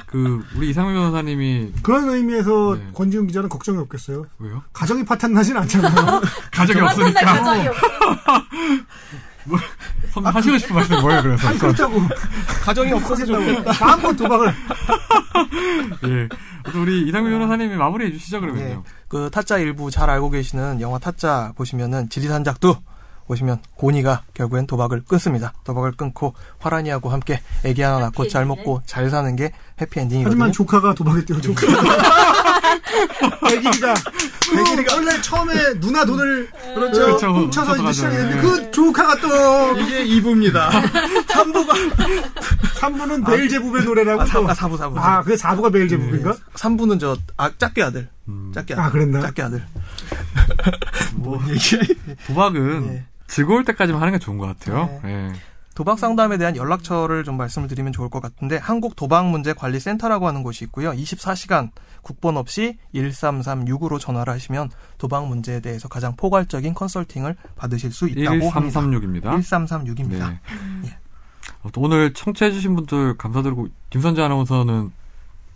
Speaker 1: 그 우리 이상민 변호사님이
Speaker 4: 그런 의미에서
Speaker 1: 네.
Speaker 4: 권지훈 기자는 걱정이 없겠어요.
Speaker 1: 왜요?
Speaker 4: 가정이 파탄 나진 않잖아요.
Speaker 1: 가정이
Speaker 3: 만날
Speaker 1: 없으니까
Speaker 3: 가정이 없어.
Speaker 2: 아, 그
Speaker 1: 선배 하시고 싶은 말씀이 뭐예요? 그래서
Speaker 4: 그렇다고
Speaker 2: 가정이 없어서 좀
Speaker 4: 마음껏 도박을
Speaker 1: 예. 아무튼 우리 이상민 변호사님이 마무리해 주시죠
Speaker 2: 예.
Speaker 1: 그러면요.
Speaker 2: 그 타짜 일부 잘 알고 계시는 영화 타짜 보시면은 지리산작두 보시면 고니가 결국엔 도박을 끊습니다. 도박을 끊고 화란이하고 함께 애기 하나 낳고 잘
Speaker 3: 해피엔딩.
Speaker 2: 먹고 잘 사는 게 해피엔딩이거든요.
Speaker 4: 하지만 조카가 도박했대요. 조카. 백일이다. 백일이가 원래 처음에 누나 돈을 그렇죠.
Speaker 1: 그렇죠.
Speaker 4: 훔쳐서 이제
Speaker 1: 훔쳐서
Speaker 4: 시작이
Speaker 1: 가죠.
Speaker 4: 됐는데
Speaker 1: 예.
Speaker 4: 그 조카가 또
Speaker 2: 이게 2부입니다.
Speaker 4: 3부는 베일제부의 노래라고
Speaker 2: 아, 사,
Speaker 4: 또.
Speaker 2: 아, 4부, 4부.
Speaker 4: 아, 그게 4부가 베일제부인가?
Speaker 2: 3부는 저, 아, 짝게 아들.
Speaker 1: 음,
Speaker 2: 짝게 아들.
Speaker 4: 아, 그랬나?
Speaker 2: 짝게 아들. 뭔 얘기야.
Speaker 1: 도박은
Speaker 2: 예.
Speaker 1: 즐거울 때까지만 하는 게 좋은 것 같아요.
Speaker 2: 네.
Speaker 1: 예.
Speaker 2: 도박 상담에 대한 연락처를 좀 말씀을 드리면 좋을 것 같은데 한국 도박 문제 관리 센터라고 하는 곳이 있고요. 24시간 국번 없이 1336으로 전화를 하시면 도박 문제에 대해서 가장 포괄적인 컨설팅을 받으실 수 있다고 합니다.
Speaker 1: 1336입니다.
Speaker 2: 1336입니다.
Speaker 1: 네. 아무튼 오늘 청취해주신 분들 감사드리고 김선재 아나운서는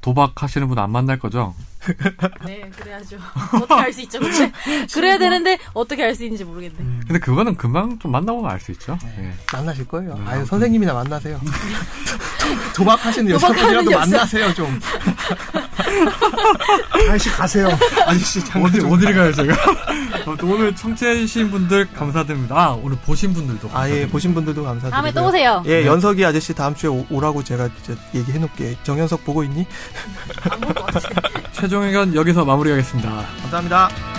Speaker 1: 도박 하시는 분 안 만날 거죠?
Speaker 3: 네, 그래야죠. 어떻게 알 수 있죠, 근데? 그래야 되는데, 어떻게 알 수 있는지 모르겠네.
Speaker 2: 음.
Speaker 1: 근데 그거는 금방 좀 만나보면 알 수 있죠.
Speaker 2: 네.
Speaker 1: 예.
Speaker 2: 만나실 거예요. 아유 선생님이나 만나세요. 도- 도박하시는 여성분이라도
Speaker 3: 도박하는 여성.
Speaker 2: 만나세요 좀.
Speaker 4: 아저씨 가세요. 아저씨
Speaker 1: 어디 어디를 가요 제가? 아무튼 오늘 청취해주신 분들 감사드립니다. 아, 오늘 보신 분들도
Speaker 2: 아예
Speaker 1: 감사드립니다.
Speaker 2: 보신 분들도 감사드리고요.
Speaker 3: 다음에 또 오세요.
Speaker 2: 예 연석이 아저씨 다음 주에 오- 오라고 제가 이제 얘기해놓게 정연석 보고 있니?
Speaker 1: 최종 의견 여기서 마무리하겠습니다.
Speaker 2: 감사합니다.